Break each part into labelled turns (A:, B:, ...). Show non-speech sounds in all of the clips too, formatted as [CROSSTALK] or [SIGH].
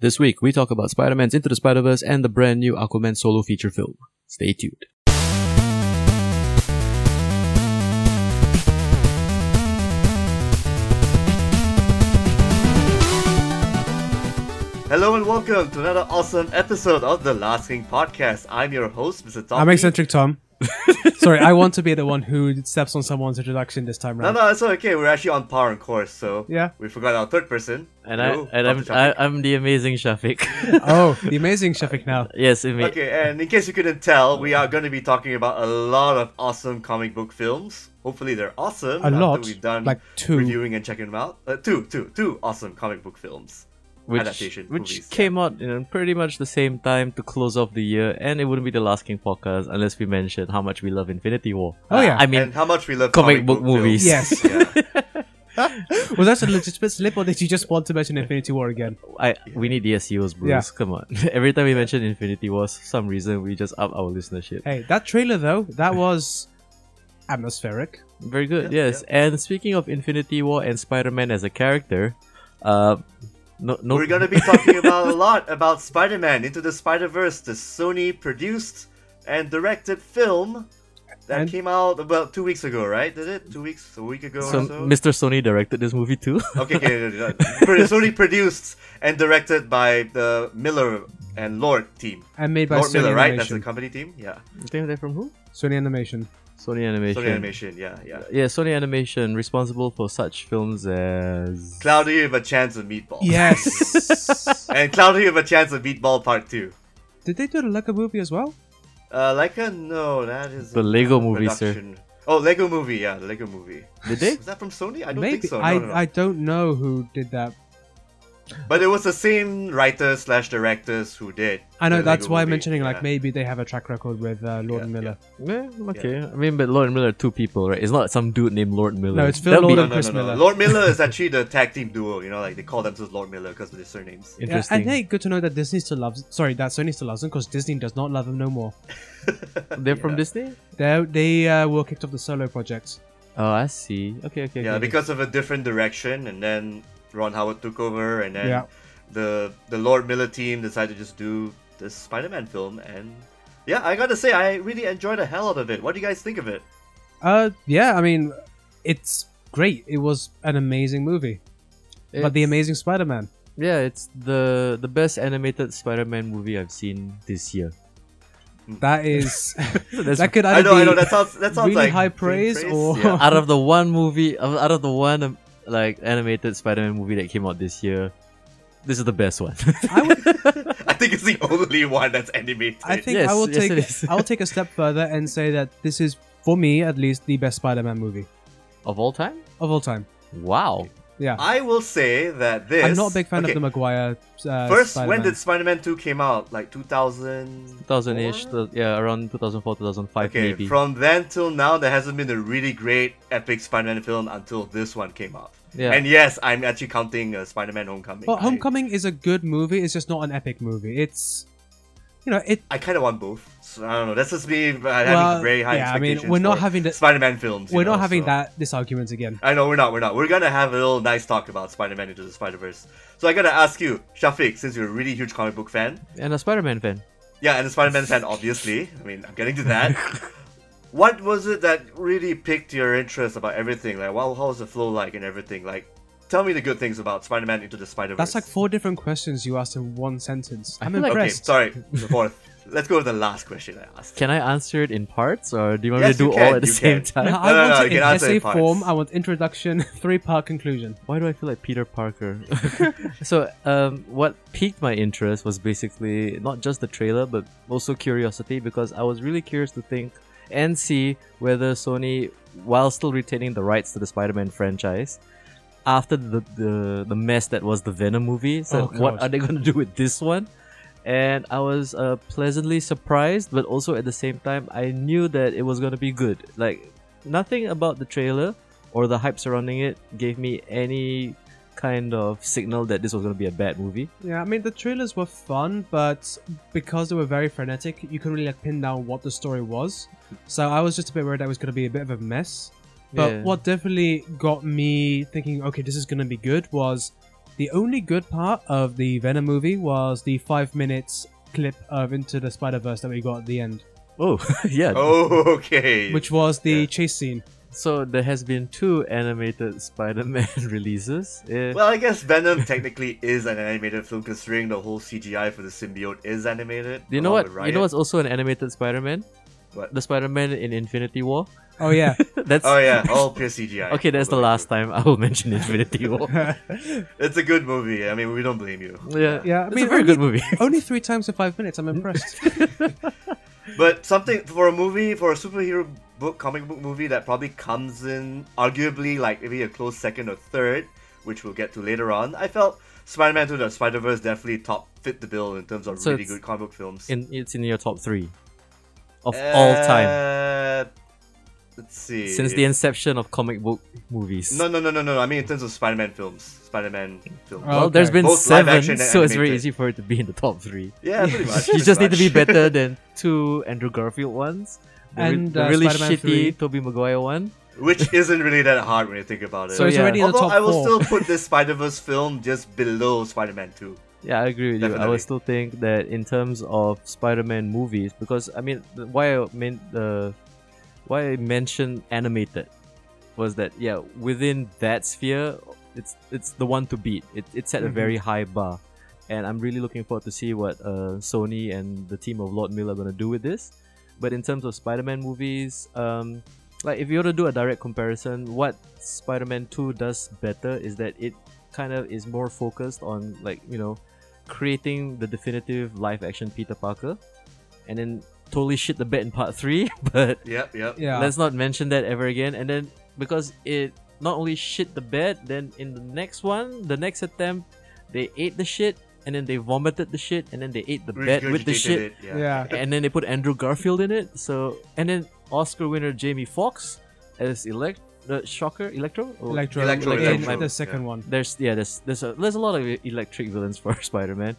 A: This week, we talk about Spider Man's Into the Spider Verse and the brand new Aquaman solo feature film. Stay tuned.
B: Hello and welcome to another awesome episode of the Last King Podcast. I'm your host, Mr. Tom.
C: I'm eccentric Tom. Sorry, I want to be the one who steps on someone's introduction this time
B: No,
C: round.
B: no, it's okay. We're actually on par on course, so
C: Yeah.
B: we forgot our third person.
D: And
B: Hello,
D: I and
B: Dr.
D: I'm
B: Shafiq.
D: I, I'm the amazing Shafiq. [LAUGHS]
C: Oh, the amazing Shafiq now.
D: yes, it may-
B: Okay, and in case you couldn't tell, we are
D: Oh.
B: going to be talking about a lot of awesome comic book films. Hopefully, they're awesome.
C: A
B: after
C: lot,
B: We've done
C: like two.
B: reviewing and checking them out. Uh, two, two, two awesome comic book films.
D: which
B: adaptation
D: which
B: movies, yeah.
D: came out in pretty much the same time to close off the year, and it wouldn't be the last King podcast unless we mention how much we love Infinity War.
C: Oh, yeah.
D: I mean,
B: and how much we love
D: comic book
B: films.
D: movies.
C: Yes.
B: Yeah.
C: [GASPS] Was that a legitimate slip or did you just want to mention Infinity War again?
D: I we need the SEOs, Bruce.
C: Yeah.
D: Come on. [LAUGHS] Every time we mention Infinity War, for some reason we just up our listenership.
C: Hey, that trailer though, that was atmospheric.
D: Very good.
B: Yeah,
D: yes. And speaking of Infinity War and Spider-Man as a character, uh, no, no.
B: We're going to be
C: [LAUGHS]
B: talking about a lot about Spider Man Into the Spider Verse, the Sony produced and directed film that
C: And-
B: came out about two weeks ago, right? Did it? Two weeks, a week ago
D: so,
B: or so?
D: Mr. Sony directed this movie too. [LAUGHS]
B: okay, okay, okay, okay. Pro- Sony produced and directed by the Miller and Lord team.
C: And made by
B: Lord
C: Sony
B: Miller, right? That's the
C: Animation.
B: company team? Yeah.
D: I think they're from who?
B: [LAUGHS]
C: Sony Animation.
D: Sony Animation.
B: Sony Animation, yeah, yeah.
D: Yeah, Sony Animation responsible for such films as
B: Cloudy with a Chance of Meatball. [LAUGHS]
C: Yes.
B: And Cloudy with a Chance of Meatball Part 2.
C: did they do the Lego movie as well?
B: Uh, Leica? No, that is
D: The
B: a
D: Lego movie, sir.
B: production. Oh, Lego movie, yeah, the Lego movie.
D: Did they?
B: Was that from Sony? I don't
C: Maybe
B: think so. No,
C: I,
B: no, no.
C: I don't know who did that.
B: But it was the same writer slash directors who did.
C: I know
B: the
C: that's
B: Lego
C: why I'm
B: movie,
C: mentioning like
B: yeah.
C: maybe they have a track record with uh, Lord
B: Yeah,
C: and Miller.
D: Yeah, okay. I mean, but Lord and Miller are two people, right? It's not some dude named Lord Miller.
C: No, it's Phil
D: That'll be
C: Lord
B: No,
C: and-
B: no,
C: Chris
B: no, no, no.
C: Miller.
B: Lord Miller
C: [LAUGHS]
B: is actually the tag team duo. You know, like they call themselves Lord Miller because of their surnames.
C: Yeah,
D: interesting.
C: and hey, good to know that Disney still loves. Sorry, that Sony still loves them because Disney does not love them no more.
D: They're from Disney?
C: They they uh, were kicked off the solo project.
D: Oh, I see. Okay, okay,
B: Yeah,
D: okay.
B: because of a different direction, and then Ron Howard took over, and then
C: Yeah.
B: the the Lord Miller team decided to just do this Spider-Man film, and yeah, I gotta say, I really enjoyed the hell out of it. What do you guys think of it?
C: Uh, yeah, I mean, it's great. It was an amazing movie. But the
D: It's-
C: Amazing Spider-Man.
D: Yeah, it's the the best animated Spider-Man movie I've seen this year.
C: That
B: [LAUGHS]
C: is
D: That's
C: that could either
B: I know,
C: be
B: I know. That sounds that sounds
C: really
B: like
C: high
B: being
C: praise
B: praised,
C: or- [LAUGHS]
B: yeah.
D: out of the one movie, out of the one um, like animated Spider-Man movie that came out this year. This is the best one. [LAUGHS]
C: I would.
B: I think it's the only one that's animated. [LAUGHS]
C: I think
D: Yes,
C: I will
D: yes,
C: take.
D: it is.
C: I will take a step further and say that this is, for me at least, the best Spider-Man movie
D: of all time?
C: of all time.
D: Wow.
C: Yeah,
B: I will say that this.
C: I'm not a big fan
B: Okay,
C: of the Maguire. Uh,
B: 1st when
C: Spider-Man.
B: did Spider-Man Two came out? Like 2000.
D: 2000 ish, yeah, around 2004, 2005,
B: Okay,
D: maybe.
B: from then till now, there hasn't been a really great epic Spider-Man film until this one came out.
D: Yeah.
B: And yes, I'm actually counting uh, Spider-Man: Homecoming.
C: Well,
B: I-
C: Homecoming is a good movie. It's just not an epic movie. It's, you know, it.
B: I, kind of want both. So, I don't know. That's just me uh,
C: Well,
B: having very high
C: yeah, I mean,
B: expectations.
C: we're not
B: for
C: having the-
B: Spider-Man films. you
C: We're not
B: know,
C: having
B: so-
C: that this argument again.
B: I know we're not. We're not. We're gonna have a little nice talk about Spider-Man into the Spider-Verse. So I gotta ask you, Shafiq, since you're a really huge comic book fan,
D: and a Spider Man fan.
B: Yeah, and the Spider-Man fan, obviously. I mean, I'm getting to
D: [LAUGHS]
B: that. what was it that really piqued your interest about everything? Like, what, how was the flow like and everything? Like, tell me the good things about Spider-Man into the Spider-Verse.
C: That's like four different questions you asked in one sentence. I'm
D: feel like-
B: Okay,
C: impressed.
B: sorry. The fourth. Let's go with the last question I asked.
D: Can I answer it in parts, or do you want
B: Yes,
D: me to
B: you
D: do
B: can,
D: all at the
B: you
D: same
B: can.
C: No,
D: time?
C: I
B: no, no,
C: want
B: you
C: it
B: can
C: in
B: answer in
C: essay
B: parts.
C: form. I want introduction, [LAUGHS] three part conclusion.
D: Why do I feel like Peter Parker? [LAUGHS] so, um, what piqued my interest was basically not just the trailer, but also curiosity, because I was really curious to think and see whether Sony, while still retaining the rights to the Spider Man franchise, after the, the the mess that was the Venom movie, so
C: Oh,
D: what
C: God.
D: are they gonna do with this one? And I was uh, pleasantly surprised, but also at the same time, I knew that it was gonna be good. Like nothing about the trailer or the hype surrounding it gave me any kind of signal that this was gonna be a bad movie.
C: Yeah, I mean the trailers were fun, but because they were very frenetic, you couldn't really like pin down what the story was. So I was just a bit worried that it was going to be a bit of a mess. But
D: Yeah.
C: what definitely got me thinking, okay, this is going to be good, was The only good part of the Venom movie was the five minutes clip of Into the Spider Verse that we got at the end,
D: Oh, [LAUGHS] yeah.
B: Oh, okay.
C: which was the
B: Yeah.
C: chase scene.
D: So there has been two animated [LAUGHS] Spider-Man releases. Eh,
B: well, I guess Venom technically is an animated film, considering the whole CGI for the symbiote is animated.
D: you know
B: along
D: what?
B: with
D: You
B: Riot.
D: know what's also an animated Spider-Man?
B: What?
D: The Spider-Man in Infinity War. [LAUGHS]
C: Oh
B: [LAUGHS]
C: yeah,
D: that's
B: Oh yeah, all pure CGI.
D: [LAUGHS] okay. That's the last time I will [LAUGHS] mention Infinity
B: [LAUGHS]
D: War.
B: It's a good movie. I mean, we don't blame you.
D: yeah,
C: Yeah, I
D: It's
C: mean,
D: a very good
C: [LAUGHS]
D: movie.
C: [LAUGHS] only three times in five minutes. I'm impressed.
B: [LAUGHS] But something for a movie, for a superhero book, comic book movie that probably comes in arguably like maybe a close second or third, which we'll get to later on. I felt Spider-Man to the Spider-Verse definitely top fit the bill in terms of
D: So
B: really
D: it's-
B: good comic book films
D: In, it's in your top three of all time
B: Uh, Let's see.
D: since the inception of comic book movies.
B: No, no, no, no, no. I mean in terms of Spider-Man films, Spider-Man films.
C: Oh,
D: well, there's
C: okay.
D: been
B: Both live
D: seven,
B: action and
D: so it's very
B: animated.
D: easy for it to be in the top three.
B: yeah, pretty much.
D: [LAUGHS] you
B: pretty
D: just need to be
B: much. [LAUGHS]
D: better than two Andrew Garfield ones, the re-
C: And,
D: the
C: uh,
D: really
C: Spider-Man
D: shitty
C: 3.
D: Tobey Maguire one.
B: which isn't really that hard when you think about it.
C: so it's
D: yeah.
C: already in the
B: Although I
C: top
B: will
C: four.
B: still put this Spider Verse film just below Spider Man 2.
D: Yeah, I agree with you. I
B: Definitely.
D: would still think that in terms of Spider-Man movies, because I mean, the- why I meant the why I mentioned animated was that yeah, within that sphere, it's it's the one to beat. It it set a
C: Mhm.
D: very high bar, and I'm really looking forward to see what uh, Sony and the team of Lord Miller are gonna do with this. But in terms of Spider-Man movies, um, like if you were to do a direct comparison, what Spider-Man Two does better is that it kind of is more focused on like you know creating the definitive live action Peter Parker, and then totally shit the bed in part three. [LAUGHS] But
B: Yep, yep.
C: yeah,
D: let's not mention that ever again. And then because it not only shit the bed, then in the next one, the next attempt, they ate the shit, and then they vomited the shit, and then they ate the bed with the shit
B: Regurgitated it, Yeah.
C: yeah.
D: and then they put Andrew Garfield in it. So and then Oscar winner Jamie Foxx as elect uh, Shocker Electro. Or-
C: Electro,
B: Electro,
C: in
B: Electro,
C: the second one.
D: There's yeah, there's there's a, there's a lot of e-, electric villains for [LAUGHS] Spider-Man.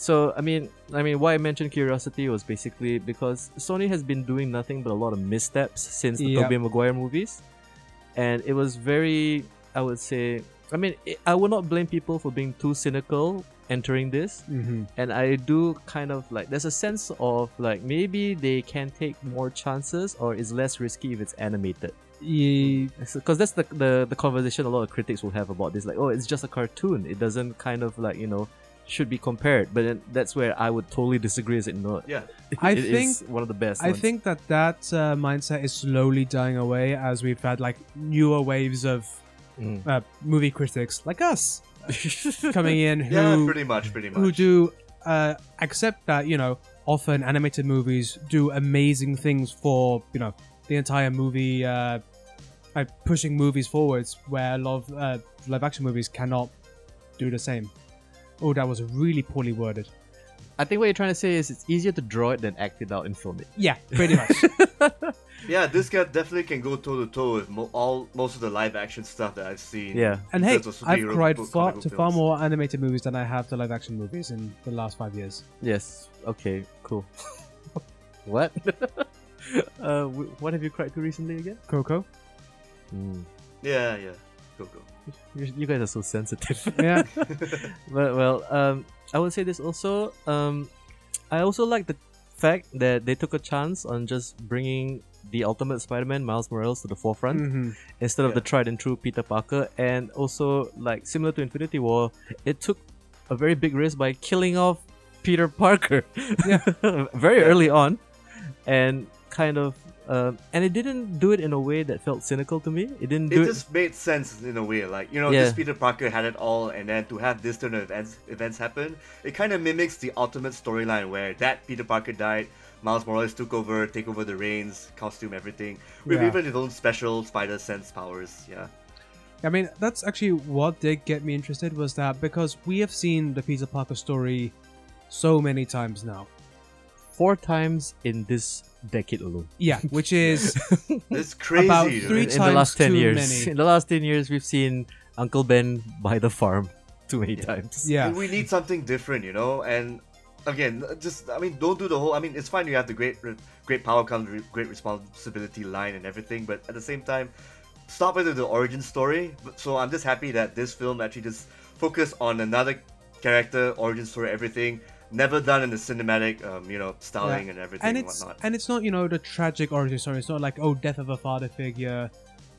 D: So I mean, I mean, why I mentioned curiosity was basically because Sony has been doing nothing but a lot of missteps since the
C: Yeah.
D: Tobey Maguire movies, and it was very, I would say, I mean, it, I would not blame people for being too cynical entering this
B: Mm-hmm.
C: hmm
D: and I do kind of like there's a sense of like maybe they can take more chances or it's less risky if it's animated because that's the, the the conversation a lot of critics will have about this like oh it's just a cartoon it doesn't kind of like you know should be compared but then that's where I would totally disagree is it not
B: Yeah.
C: I
D: It is
C: think-
D: one of the best
C: I
D: ones.
C: think that that uh, mindset is slowly dying away as we've had like newer waves of
D: Mm.
C: uh, movie critics like us coming in who
B: Yeah, pretty much, pretty much.
C: who do uh, accept that you know often animated movies do amazing things for you know the entire movie uh, by pushing movies forwards where a lot of uh, live action movies cannot do the same oh that was really poorly worded
D: I think what you're trying to say is it's easier to draw it than act it out and film it
C: yeah pretty much
B: Yeah, this guy definitely can go toe to toe with mo- all most of the live action stuff that I've seen.
D: yeah
C: and
B: in
C: hey
B: terms of
C: i've
B: superhero
C: cried
B: book,
C: far
B: comic
C: to
B: book
C: far
B: films.
C: more animated movies than i have to live action movies in the last five years
D: yes okay cool [LAUGHS] what [LAUGHS] uh w- what have you cried to recently again
C: coco
D: Mm.
B: Yeah, yeah. Go, go.
D: You, you guys are so [LAUGHS] sensitive.
C: yeah
D: but well, um, I would say this also. Um, I also like the fact that they took a chance on just bringing the Ultimate Spider-Man, Miles Morales, to the forefront
C: Mhm.
D: instead of
B: Hmm. Yeah.
D: the tried and true Peter Parker. And also, like similar to Infinity War, it took a very big risk by killing off Peter Parker [LAUGHS] very early on, and kind of. Um, and it didn't do it in a way that felt cynical to me. It didn't do it.
B: It just made sense in a way. Like, you know,
D: Yeah.
B: this Peter Parker had it all, and then to have this turn of events, events happen, it kind of mimics the ultimate storyline where that Peter Parker died, Miles Morales took over, take over the reins, costume, everything, with
C: Yeah.
B: even his own special spider sense powers. Yeah.
C: I mean, that's actually what did get me interested was that because we have seen the Peter Parker story so many times now.
D: four times in this decade alone.
C: Yeah, which is
B: [LAUGHS] It's crazy.
C: About
B: dude.
C: three
D: in, in the
C: times
D: last ten
C: too
D: years.
C: many.
D: In the last ten years, we've seen Uncle Ben buy the farm [LAUGHS] too many times.
C: yeah,
B: And we need something different, you know. And again, just I mean, don't do the whole. I mean, it's fine. You have the great, re- great power comes re- great responsibility line and everything. But at the same time, stop it with the origin story. But- So I'm just happy that this film actually just focus on another character, origin story, everything. Never done in the cinematic, um, you know, styling and everything
C: and
B: and
C: it's
B: whatnot.
C: and it's not you know the tragic origin story. It's not like oh death of a father figure.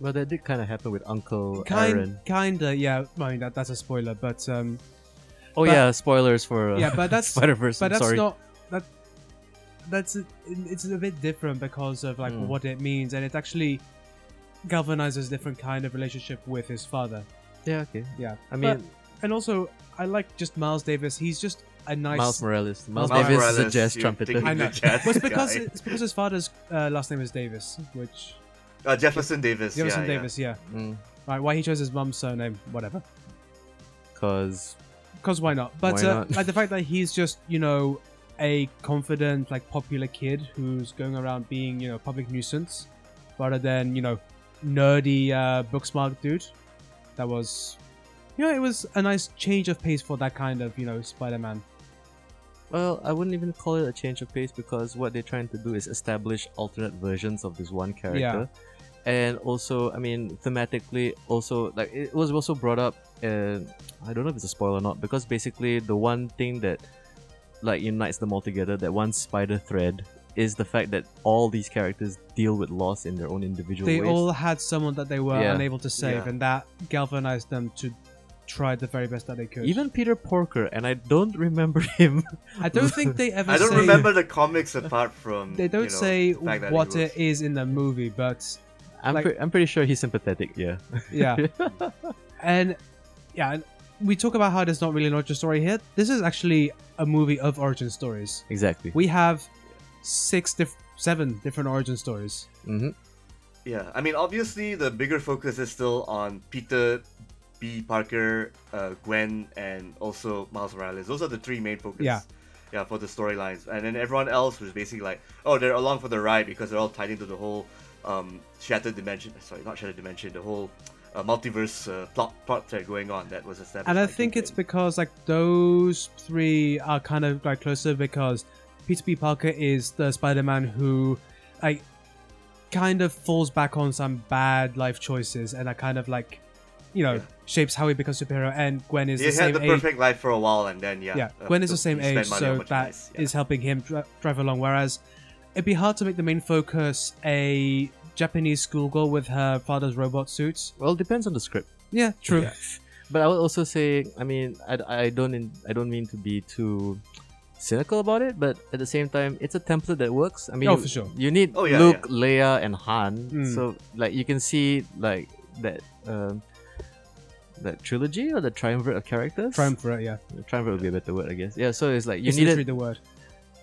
D: Well, that did kind of happen with Uncle
C: Kind
D: Aaron.
C: kinda yeah. I mean that, that's a spoiler, but um
D: Oh
C: but-
D: yeah, spoilers for uh,
C: yeah,
D: [LAUGHS]
C: but that's
D: Spider Verse.
C: but that's
D: sorry.
C: not that that's a, it's a bit different because of like
D: Mm.
C: what it means and it actually galvanizes different kind of relationship with his father
D: yeah, okay.
C: yeah
D: I
C: But-
D: mean,
C: and also i like just miles davis he's just a nice
D: Miles Morales. Miles,
C: Miles
D: Davis is a
B: Morales,
D: jazz
B: you
D: trumpeter.
B: think-
C: I know.
B: The jazz
C: Well, it's because
B: guy.
C: it's because his father's uh, last name is Davis, which
B: uh, Jefferson Davis.
C: Jefferson
B: yeah, yeah.
C: Davis, yeah.
D: Mm,
C: Right, why he chose his mum's surname, whatever.
D: Cause
C: Because why not? But
D: Why
C: uh,
D: not?
C: like the
B: [LAUGHS]
C: fact that he's just you know a confident, like popular kid who's going around being you know public nuisance, rather than you know nerdy uh, book smart dude. That was, you know, it was a nice change of pace for that kind of you know Spider-Man.
D: well, I wouldn't even call it a change of pace because what they're trying to do is establish alternate versions of this one character, and also, I mean, thematically, also like it was also brought up, and I don't know if it's a spoiler or not, because basically the one thing that like unites them all together, that one spider thread, is the fact that all these characters deal with loss in their own individual
C: They
D: ways.
C: all had someone that they were
D: Yeah.
C: unable to save,
B: Yeah.
C: and that galvanized them to try the very best that they could.
D: Even Peter Porker, and I don't remember [LAUGHS] him.
C: I
B: [LAUGHS]
C: don't think they ever.
B: I don't
C: say,
B: remember the comics apart from.
C: They don't
B: you know,
C: say
B: the fact that
C: what
B: he
C: it
B: was-
C: is in the movie, but
D: I'm,
C: Like-
D: pre- I'm pretty sure he's sympathetic. Yeah.
B: [LAUGHS]
C: yeah, and yeah, and we talk about how there's not really an origin story here. This is actually a movie of origin stories.
D: Exactly.
C: We have six, diff- seven different origin stories.
D: hmm
B: Yeah, I mean, obviously, the bigger focus is still on Peter B. Parker, uh, Gwen, and also Miles Morales. Those are the three main focus.
C: Yeah.
B: Yeah, for the storylines, and then everyone else was basically like, oh, they're along for the ride because they're all tied into the whole um, shattered dimension. Sorry, not shattered dimension. The whole uh, multiverse uh, plot plot thread going on that was established.
C: And I
B: by
C: think
B: Kingpin.
C: it's because like those three are kind of like closer because Peter B. Parker is the Spider-Man who like kind of falls back on some bad life choices and that kind of like you know
B: Yeah.
C: shapes how he becomes superhero and Gwen is
B: he
C: the
B: had
C: same
B: the
C: age.
B: perfect life for a while, and then yeah,
C: Yeah,
B: uh,
C: Gwen is the
B: he
C: same
B: spent
C: age,
B: money on
C: so that is
B: merchandise. Yeah.
C: helping him dri- drive along. Whereas it'd be hard to make the main focus a Japanese schoolgirl with her father's robot suits.
D: Well, it depends on the script.
C: Yeah, true.
D: Yeah. But I would also say, I mean, I, I don't in, I don't mean to be too cynical about it, but at the same time, it's a template that works. I mean,
C: Oh, for sure.
D: you need
B: Oh, yeah,
D: Luke, Leia, and Han.
C: Mm.
D: So like you can see like that um, that trilogy or the triumvirate of characters.
C: Triumvirate, yeah.
D: triumvirate would be a better word, I guess. Yeah. So it's like you
C: It's
D: needed
C: literally the word.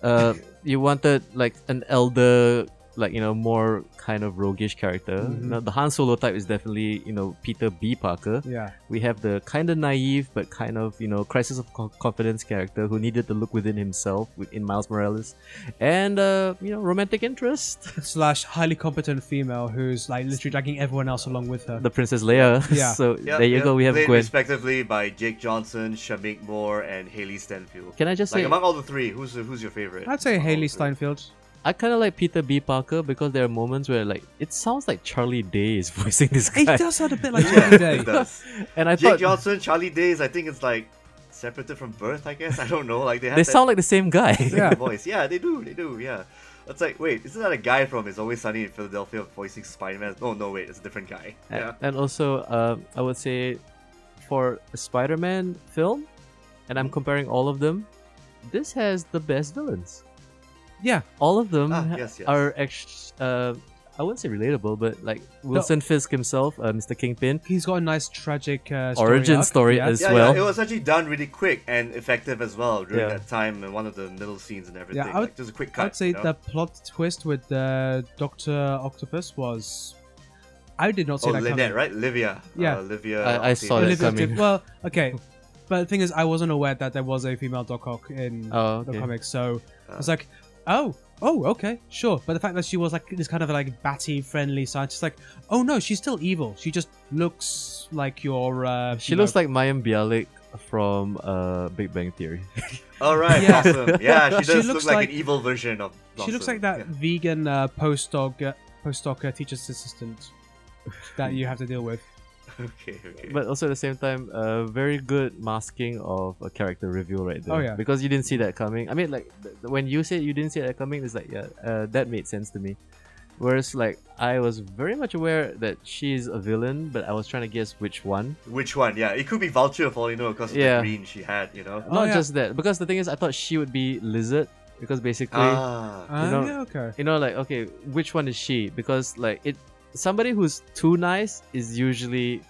D: uh, you wanted like an elder, like you know, more kind of roguish character.
C: Mhm.
D: Now the Han Solo type is definitely you know Peter B. Parker.
C: Yeah,
D: We have the kind of naive but kind of you know crisis of co- confidence character who needed to look within himself with- in Miles Morales, and uh, you know romantic interest,
C: slash highly competent female who's like literally dragging everyone else along with her.
D: the Princess Leia. [LAUGHS]
C: Yeah.
D: so
B: Yeah,
D: there you
B: yeah,
D: go. We have
B: played
D: Gwen.
B: respectively by Jake Johnson, Shamik Moore, and Haley Stenfield.
D: Can I just
B: Like
D: say
B: among all the three, who's who's your favorite?
C: I'd say
B: among all
C: Haley
B: the three?
C: Steinfeld.
D: I kind of like Peter B. Parker because there are moments where like it sounds like Charlie Day is [LAUGHS] voicing this
C: He
D: guy,
C: does sound a bit like Charlie Day.
B: It [LAUGHS]
C: [LAUGHS]
B: does.
D: and I
B: Jake
D: thought
B: Johnson, Charlie Days. I think it's like separated from birth. I guess I don't know. Like they have
D: they
B: that
D: sound like the same guy.
C: [LAUGHS] Yeah.
B: voice. Yeah, they do. They do. Yeah. It's like, wait, isn't that a guy from It's Always Sunny in Philadelphia voicing Spider-Man? Oh no, wait, it's a different guy.
D: [LAUGHS] And-
B: Yeah.
D: And also, um, I would say for a Spider Man film, and I'm comparing all of them, this has the best villains.
C: Yeah,
D: All of them
B: Ah,
D: ha-
B: yes, yes.
D: are, ex- uh, I wouldn't say relatable, but like Wilson Fisk himself, uh, Mr. Kingpin,
C: he's got a nice tragic uh, story
D: origin
C: arc.
D: story
C: Yeah.
D: as
B: Yeah,
D: well.
B: yeah, it was actually done really quick and effective as well during
D: Yeah.
B: that time in one of the middle scenes and everything.
C: I would-
B: like, just a quick cut.
C: I'd say
B: you know?
C: the plot twist with uh, Doctor Octopus was. I did not see
B: Oh,
C: that
B: Lynette,
C: coming.
B: right? Livia.
C: Yeah.
B: Uh, Livia.
D: I- I saw that
B: Octavius.
C: Olivia
D: Oh, coming.
C: Octave- Well, okay, but the thing is, I wasn't aware that there was a female Doc Ock in
D: Oh,
C: the
D: okay.
C: comics, so I
B: Ah.
C: was like, oh, oh, okay, sure. But the fact that she was like this kind of like batty, friendly scientist, like, oh no, she's still evil. She just looks like your. Uh,
D: She looks like Mayim Bialik from uh, Big Bang Theory.
B: All right,
C: Yeah. [LAUGHS]
B: Blossom. Yeah, she
C: She
B: does look
C: looks
B: like,
C: like-
B: an evil version of. Blossom.
C: She looks like that
B: Yeah.
D: [LAUGHS]
C: vegan uh, postdoc, uh, postdoc uh, teacher's assistant that you have to deal with.
B: [LAUGHS] okay, [LAUGHS] okay.
D: But also at the same time, a very good masking of a character reveal right there.
C: Oh, yeah.
D: Because you didn't see that coming. I mean, like th- th- when you said you didn't see that coming, it's like yeah, uh, that made sense to me. Whereas like I was very much aware that she's a villain, but I was trying to guess which one.
B: Which one? Yeah, it could be Vulture for all you know because of
D: Yeah.
B: the green she had, you know.
C: Oh,
D: Not
C: yeah.
D: just that, because the thing is, I thought she would be lizard because basically.
B: Ah,
C: Ah,
D: know-
C: yeah, okay.
D: you know like okay which one is she because like it somebody who's too nice is usually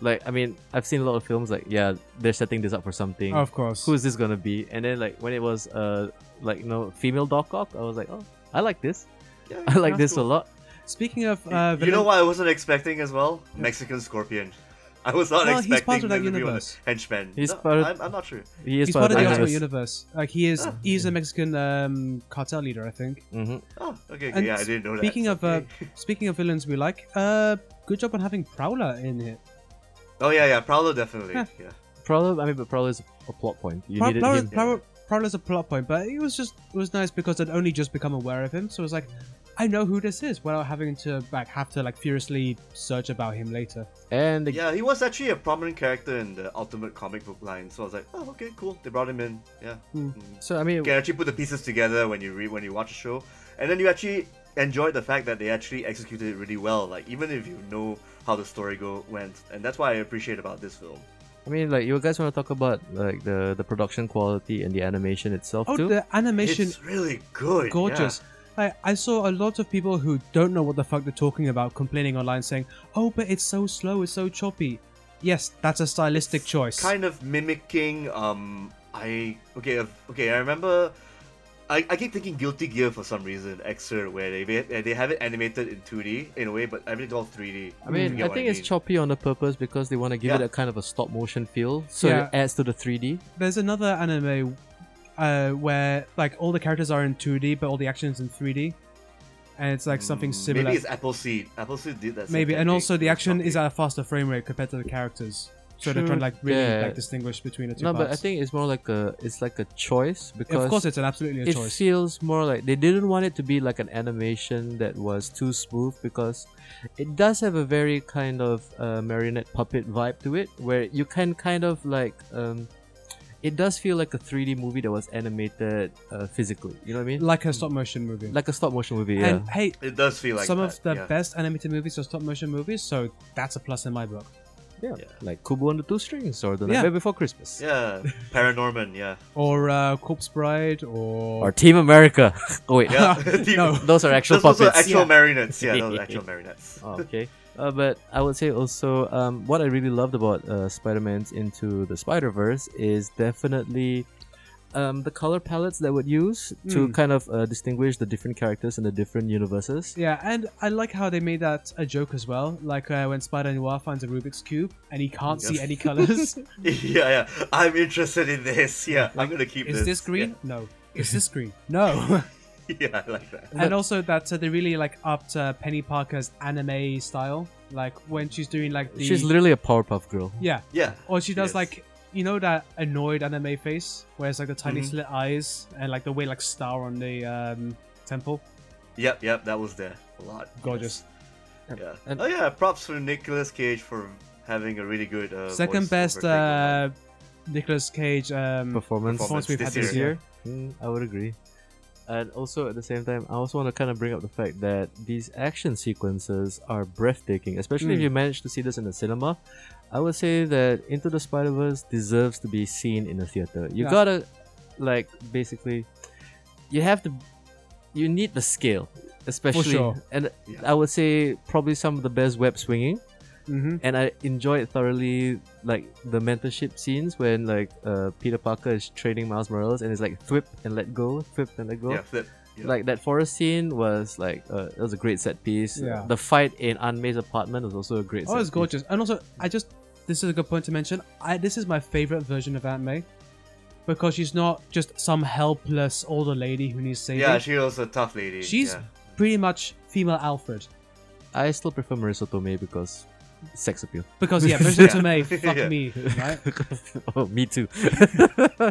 D: like i mean i've seen a lot of films like yeah they're setting this up for something
C: Of course.
D: who is this gonna be and then like when it was uh like you know female doc ock i was like oh i like this [LAUGHS]
B: yeah,
D: i like this
C: that's
D: a
C: cool.
D: lot
C: Speaking of, uh,
B: you know what I wasn't expecting as well? Mexican Scorpion. [LAUGHS] I was not
C: No, he's
B: expecting
C: part of that
B: them to be one
C: universe.
B: the henchmen.
D: He's
B: No,
D: part of-
B: I'm, I'm not sure.
D: he
C: He's,
D: is
C: part of the
B: the
C: Ultimate
B: Universe.
C: Universe. Like he is,
B: Ah.
C: he's a Mexican um, cartel leader, I think.
D: hmm
B: Oh, okay, okay
C: And
B: yeah, I didn't know that.
C: Speaking of, uh,
B: Okay.
C: speaking of villains we like, uh, good job on having Prowler in here.
B: oh yeah, yeah, Prowler definitely.
C: Huh.
B: Yeah.
D: Prowler, Mm-hmm. I mean, but Prowler is a plot point. You
C: Prow-
D: needed
C: Prowler,
D: him.
C: Prowler, Prowler's a plot point, but it was just it was nice because I'd only just become aware of him, so it was like, I know who this is without having to like have to like furiously search about him later.
D: And the,
B: yeah, he was actually a prominent character in the Ultimate comic book line, so I was like, oh, okay, cool. They brought him in. Yeah. Hmm.
D: so I mean,
B: You can actually put the pieces together when you read when you watch a show, and then you actually enjoy the fact that they actually executed it really well. Like even if you know how the story go went, and that's what I appreciate about this film.
D: I mean, like you guys want to talk about like the the production quality and the animation itself
C: Oh,
D: too.
C: the animation
B: It's really good.
C: gorgeous. I, I saw a lot of people who don't know what the fuck they're talking about complaining online saying, oh, but it's so slow, it's so choppy. Yes, that's a stylistic choice.
B: kind of mimicking um i okay I've- okay i remember I, I keep thinking guilty gear for some reason xr where they they they have it animated in 2d in a way but i mean it's all 3d
D: I mean, I think it's choppy on a purpose because they want to give it
B: Yeah.
D: a kind of a stop motion feel, so
C: Yeah.
D: it adds to the 3D.
C: There's another anime uh, where like all the characters are in 2D, but all the actions in 3d. And it's like something similar.
B: Mm, maybe it's Appleseed. Appleseed did that. same
C: Maybe, and
B: technique
C: also the
B: with
C: action is
B: choppy.
C: at a faster frame rate compared to the characters. So they're
D: True
C: trying to like really
D: that.
C: like distinguish between the two.
D: No,
C: parts.
D: but I think it's more like a it's like a choice because
C: of course it's an absolutely a
D: it
C: choice.
D: feels more like they didn't want it to be like an animation that was too smooth because it does have a very kind of uh, marionette puppet vibe to it where you can kind of like um, it does feel like a 3D movie that was animated uh, physically. You know what I mean?
C: like a stop motion movie.
D: Like a stop motion movie. yeah.
C: And hey,
B: It does feel like
C: some
B: that,
C: of the
B: yeah.
C: best animated movies are stop motion movies, so that's a plus in my book.
D: Yeah,
B: Yeah.
D: like Kubo and the Two Strings or The
C: Yeah.
D: Nightmare Before Christmas.
B: Yeah, Paranorman.
C: [LAUGHS]
B: Yeah,
C: Or uh, Corpse Bride, or,
D: Or Team America. [LAUGHS] oh, wait.
B: yeah. [LAUGHS]
C: No.
D: Those are actual
B: Those those are
D: puppets.
B: actual
C: Yeah.
B: marionettes. Yeah, those are actual marionettes. [LAUGHS]
D: Oh, okay. Uh, but I would say also um, what I really loved about uh, Spider-Man's Into the Spider-Verse is definitely um, the color palettes that would use to
B: Hmm.
C: Mm.
D: kind of uh, distinguish the different characters in the different universes.
C: yeah, and I like how they made that a joke as well. Like uh, when Spider Noir finds a Rubik's cube and he can't see
B: Yes.
C: any colors.
B: yeah, yeah. I'm interested in this. Yeah, I'm gonna keep
C: Is
B: this.
C: this green? No. Is this green? No.
B: Yeah. [LAUGHS] yeah, I like that.
C: and also that uh, they really like upped uh, Penny Parker's anime style, like when she's doing like the
D: She's literally a Powerpuff Girl.
C: yeah,
B: Yeah.
C: or she does
B: Yes.
C: like you know that annoyed anime face where it's like the tiny
B: Mhm.
C: slit eyes and like the way like star on the um, temple,
B: Yep, yep, that was there. A lot.
C: gorgeous.
B: Yes. Yeah.
D: And-
B: oh yeah, props for Nicolas Cage for having a really good uh,
C: Second
B: voice
C: best
B: over thing going on.
C: uh, Nicolas Cage
B: Hmm.
C: um,
D: Performance.
C: performance we've had
B: Performance
C: this
B: this
C: year.
D: Mm, I would agree. And also at the same time, I also want to kind of bring up the fact that these action sequences are breathtaking, especially if
C: Mm.
D: you manage to see this in the cinema. I would say that Into the Spider Verse deserves to be seen in a theater. You
C: Yeah.
D: gotta, like, basically, you have to, you need the scale, especially.
C: sure.
D: And
B: Yeah.
D: I would say probably some of the best web swinging
C: hmm
D: and I enjoyed thoroughly like the mentorship scenes when like uh, Peter Parker is training Miles Morales and it's like thwip and let go, thwip and let go.
C: uh,
B: Yeah, flip. Yeah.
D: Like that forest scene was like uh, it was a great set piece.
C: Yeah.
D: The fight in Aunt May's apartment was also a great.
C: Oh,
D: set
C: it's gorgeous. And also, I just this is a good point to mention. I this is my favorite version of Aunt May because she's not just some helpless older lady who needs saving.
B: yeah, she was a tough lady.
C: she's
B: yeah.
C: pretty much female Alfred.
D: piece. I still prefer Marissa Tomei because sex appeal. [LAUGHS]
B: [LAUGHS]
C: Because yeah, Marissa
B: Yeah.
C: Tomei,
B: [LAUGHS]
C: fuck
B: Yeah.
C: me, right?
D: oh, me
B: [LAUGHS]
D: too.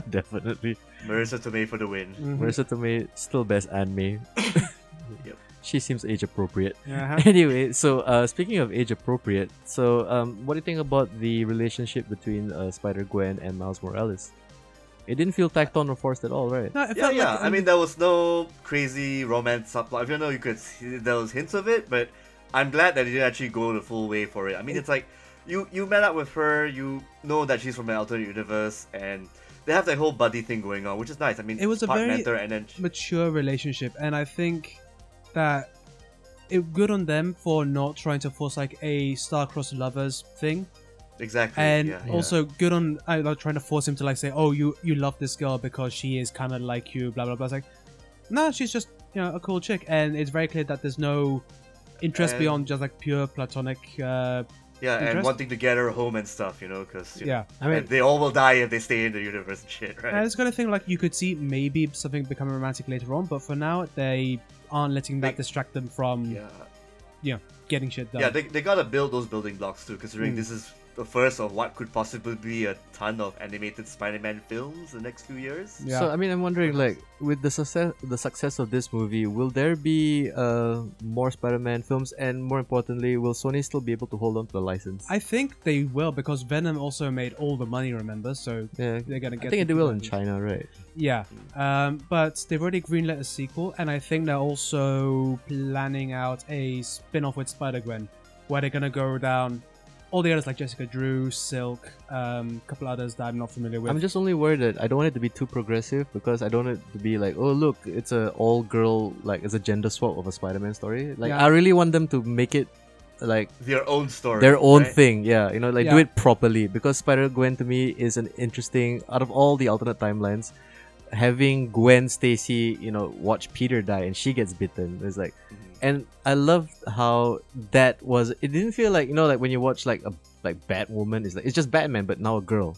D: Definitely.
B: Marissa Tomei for the win.
D: Mm-hmm.
C: Mhm.
D: Marissa Tomei still best Aunt May. she seems age appropriate. [LAUGHS]
C: Uh-huh.
D: anyway, so uh, speaking of age appropriate, so um, what do you think about the relationship between uh, Spider Gwen and Miles Morales? It didn't feel tacked on or forced at all, right?
C: No, it
B: Yeah,
C: felt
B: yeah.
C: like-
B: I mean, there was no crazy romance subplot. Even though you could see there was hints of it, but I'm glad that they didn't actually go the full way for it. I mean, it's like you you met up with her, you know that she's from an alternate universe, and they have that whole buddy thing going on, which is nice. I mean,
C: It was a
B: part
C: very-
B: mentor, and then she-
C: mature relationship and i think that it good on them for not trying to force like a star-crossed lovers thing
B: exactly,
C: and
B: yeah, yeah.
C: also good on i like trying to force him to like say oh you you love this girl because she is kind of like you blah blah blah it's like no she's just you know a cool chick and it's very clear that there's no interest
B: And-
C: beyond just like pure platonic uh
B: yeah, and
C: interest-
B: wanting to get her home and stuff, you know, because
C: yeah
D: I mean,
B: they all will die if they stay in the universe and shit,
C: and
B: right?
C: it's kind of thing like you could see maybe something becoming romantic later on but for now they aren't letting that
B: They-
C: distract them from
B: Yeah,
C: getting shit done
B: yeah. They, they gotta build those building blocks too, considering
C: Hmm.
B: this is the first of what could possibly be a ton of animated Spider-Man films the next few years.
C: Yeah.
D: So I mean, I'm wondering, like, with the success, the success of this movie, will there be uh, more Spider-Man films, and more importantly, will Sony still be able to hold on to the license?
C: I think they will because Venom also made all the money, remember? So
D: yeah,
C: they're gonna
D: I
C: get.
D: think it
C: the
D: will in
C: royalties.
D: China, right?
C: Yeah, um, but they've already greenlit a sequel, and I think they're also planning out a spin-off with Spider Gwen, where they're gonna go down all the others like Jessica Drew, Silk, um, a couple others that I'm not familiar with.
D: I'm just only worried that I don't want it to be too progressive because I don't want it to be like, oh look, it's a all-girl, like it's a gender swap of a Spider-Man story. Like
C: Yeah.
D: I really want them to make it like
B: their own story,
D: their own
B: right?
D: thing. Yeah, you know, like do
C: Yeah.
D: it properly because Spider Gwen to me is an interesting out of all the alternate timelines. Having Gwen Stacy, you know, watch Peter die and she gets bitten is like,
B: Mm-hmm.
D: and I love how that was. It didn't feel like you know, like when you watch like a like Batwoman is like it's just Batman but now a girl.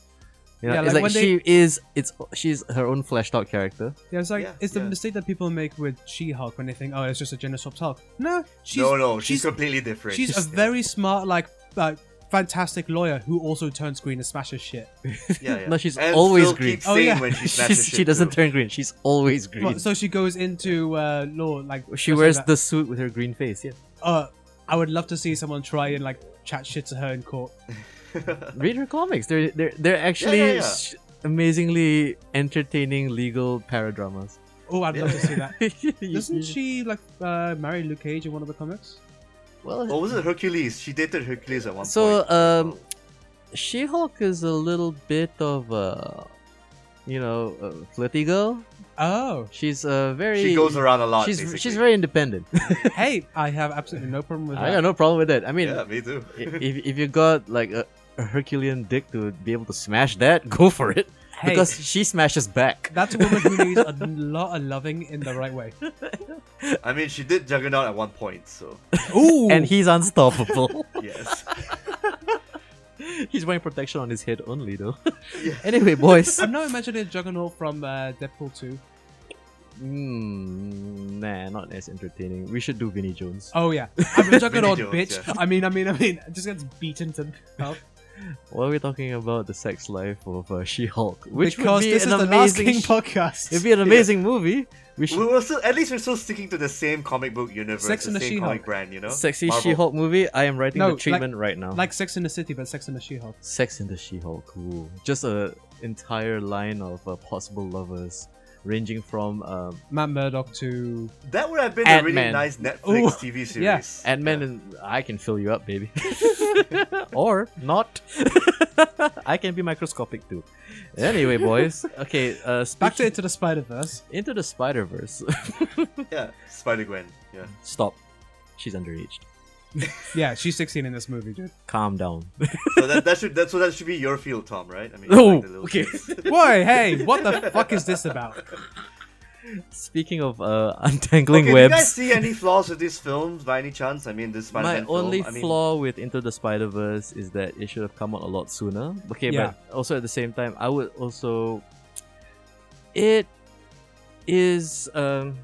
D: You know,
C: Yeah,
D: it's
C: like
D: like,
C: when
D: she is it's she's her own fleshed out
C: [LAUGHS]
D: character.
C: yeah, it's like
B: Yeah,
C: it's the
B: yeah.
C: mistake that people make with She-Hulk when they think, oh, it's just a gender swap Hulk. No, she's
B: no, no, she's,
C: she's
B: completely different.
C: She's a very smart, like, like fantastic lawyer who also turns green and smashes shit.
B: yeah, yeah.
D: No, she's
B: and
D: always
B: still
D: green.
B: Keeps
C: Oh,
B: saying
C: yeah.
B: when she smashes
D: She's,
B: shit
D: [LAUGHS] she doesn't
B: too. [LAUGHS]
D: turn green. She's always green.
C: Well, so she goes into uh, law, like
D: she
C: just
D: wears
C: like
D: the suit with her green face. Yeah.
C: that. Uh, I would love to see someone try and like chat shit to her in court.
D: read her comics. They're they're they're actually
B: yeah, yeah.
D: s- amazingly entertaining legal paradramas. [LAUGHS]
C: Oh, I'd love to see [LAUGHS] that.
D: You-
C: Doesn't
D: you-
C: she like uh, marry Luke Cage in one of the comics?
B: What
D: Well,
B: Oh, was it? Hercules. She dated Hercules at one
D: so
B: point.
D: um, She Hulk is a little bit of a, you know, a flirty girl.
C: Oh,
D: She's a very
B: she goes around a lot.
D: She's
B: basically.
D: she's very
B: [LAUGHS]
D: independent.
C: [LAUGHS] hey, I have absolutely no problem with
D: I
C: that.
D: got no problem with that. I mean,
B: yeah, me too.
D: i- if if you got like a, a Herculean dick to be able to smash that, go for [LAUGHS] it
C: Hey,
D: because she smashes back.
C: that's a woman who needs a [LAUGHS] lot of loving in the right way.
B: [LAUGHS] I mean, she did Juggernaut at one point, so
C: Ooh,
D: [LAUGHS] and he's unstoppable.
B: yes.
D: [LAUGHS] He's wearing protection on his head only, though. [LAUGHS]
B: Yeah.
D: anyway, [LAUGHS] boys.
C: I'm now imagining Juggernaut from uh, Deadpool 2.
D: Mm, nah, not as entertaining. We should do Vinnie Jones.
C: Oh yeah, [LAUGHS] I'm a Juggernaut,
B: Jones,
C: bitch.
B: yeah.
C: I mean, I mean, I mean, just gets beaten to [LAUGHS] hell.
D: While we're talking about the sex life of uh, She-Hulk, which
C: because
D: would be
C: this
D: an
C: is the last
D: amazing,
C: King
D: sh-
C: podcast.
D: it'd be an amazing movie. We
B: [LAUGHS] We
D: should
B: were still, at least we're still sticking to the same comic book universe,
C: Sex and
B: the
C: the
B: same comic
C: She-Hulk.
B: brand, you know.
D: sexy
B: Marvel.
D: She-Hulk movie. I am writing
C: No,
D: the
C: like-
D: treatment right now.
C: like Sex in the City, but Sex in the She-Hulk.
D: Sex and the She-Hulk. Ooh. Just a entire line of uh, possible lovers, ranging from um,
C: Matt Murdock to
B: That would have been a really
D: Ant-Man.
B: nice Netflix
C: Ooh,
B: TV series.
C: yeah.
D: Ant-Man and I can fill you up,
C: [LAUGHS]
D: baby. [LAUGHS] or not. [LAUGHS] I can be microscopic too. Anyway, boys. Okay, uh
C: back to
D: speaking-
C: Into the Spider Verse.
D: into the Spider-Verse. [LAUGHS]
B: yeah, Spider Gwen. Yeah,
D: Stop. She's underage.
C: Yeah, she's 16 in this movie, dude.
D: Calm down.
B: so that, that should that so that should be your field, Tom, right? I mean,
D: No,
B: the little
D: okay.
B: kids.
C: Boy, hey, what the fuck is this about?
D: Speaking of uh, [LAUGHS] untangling
B: okay, Do you guys
D: webs,
B: see any flaws with these films by any chance? I mean, this Spider-Man
D: my only
B: film, I mean,
D: flaw with Into the Spider-Verse is that it should have come out a lot sooner. Okay,
C: Yeah.
D: but also at the same time, I would also it is um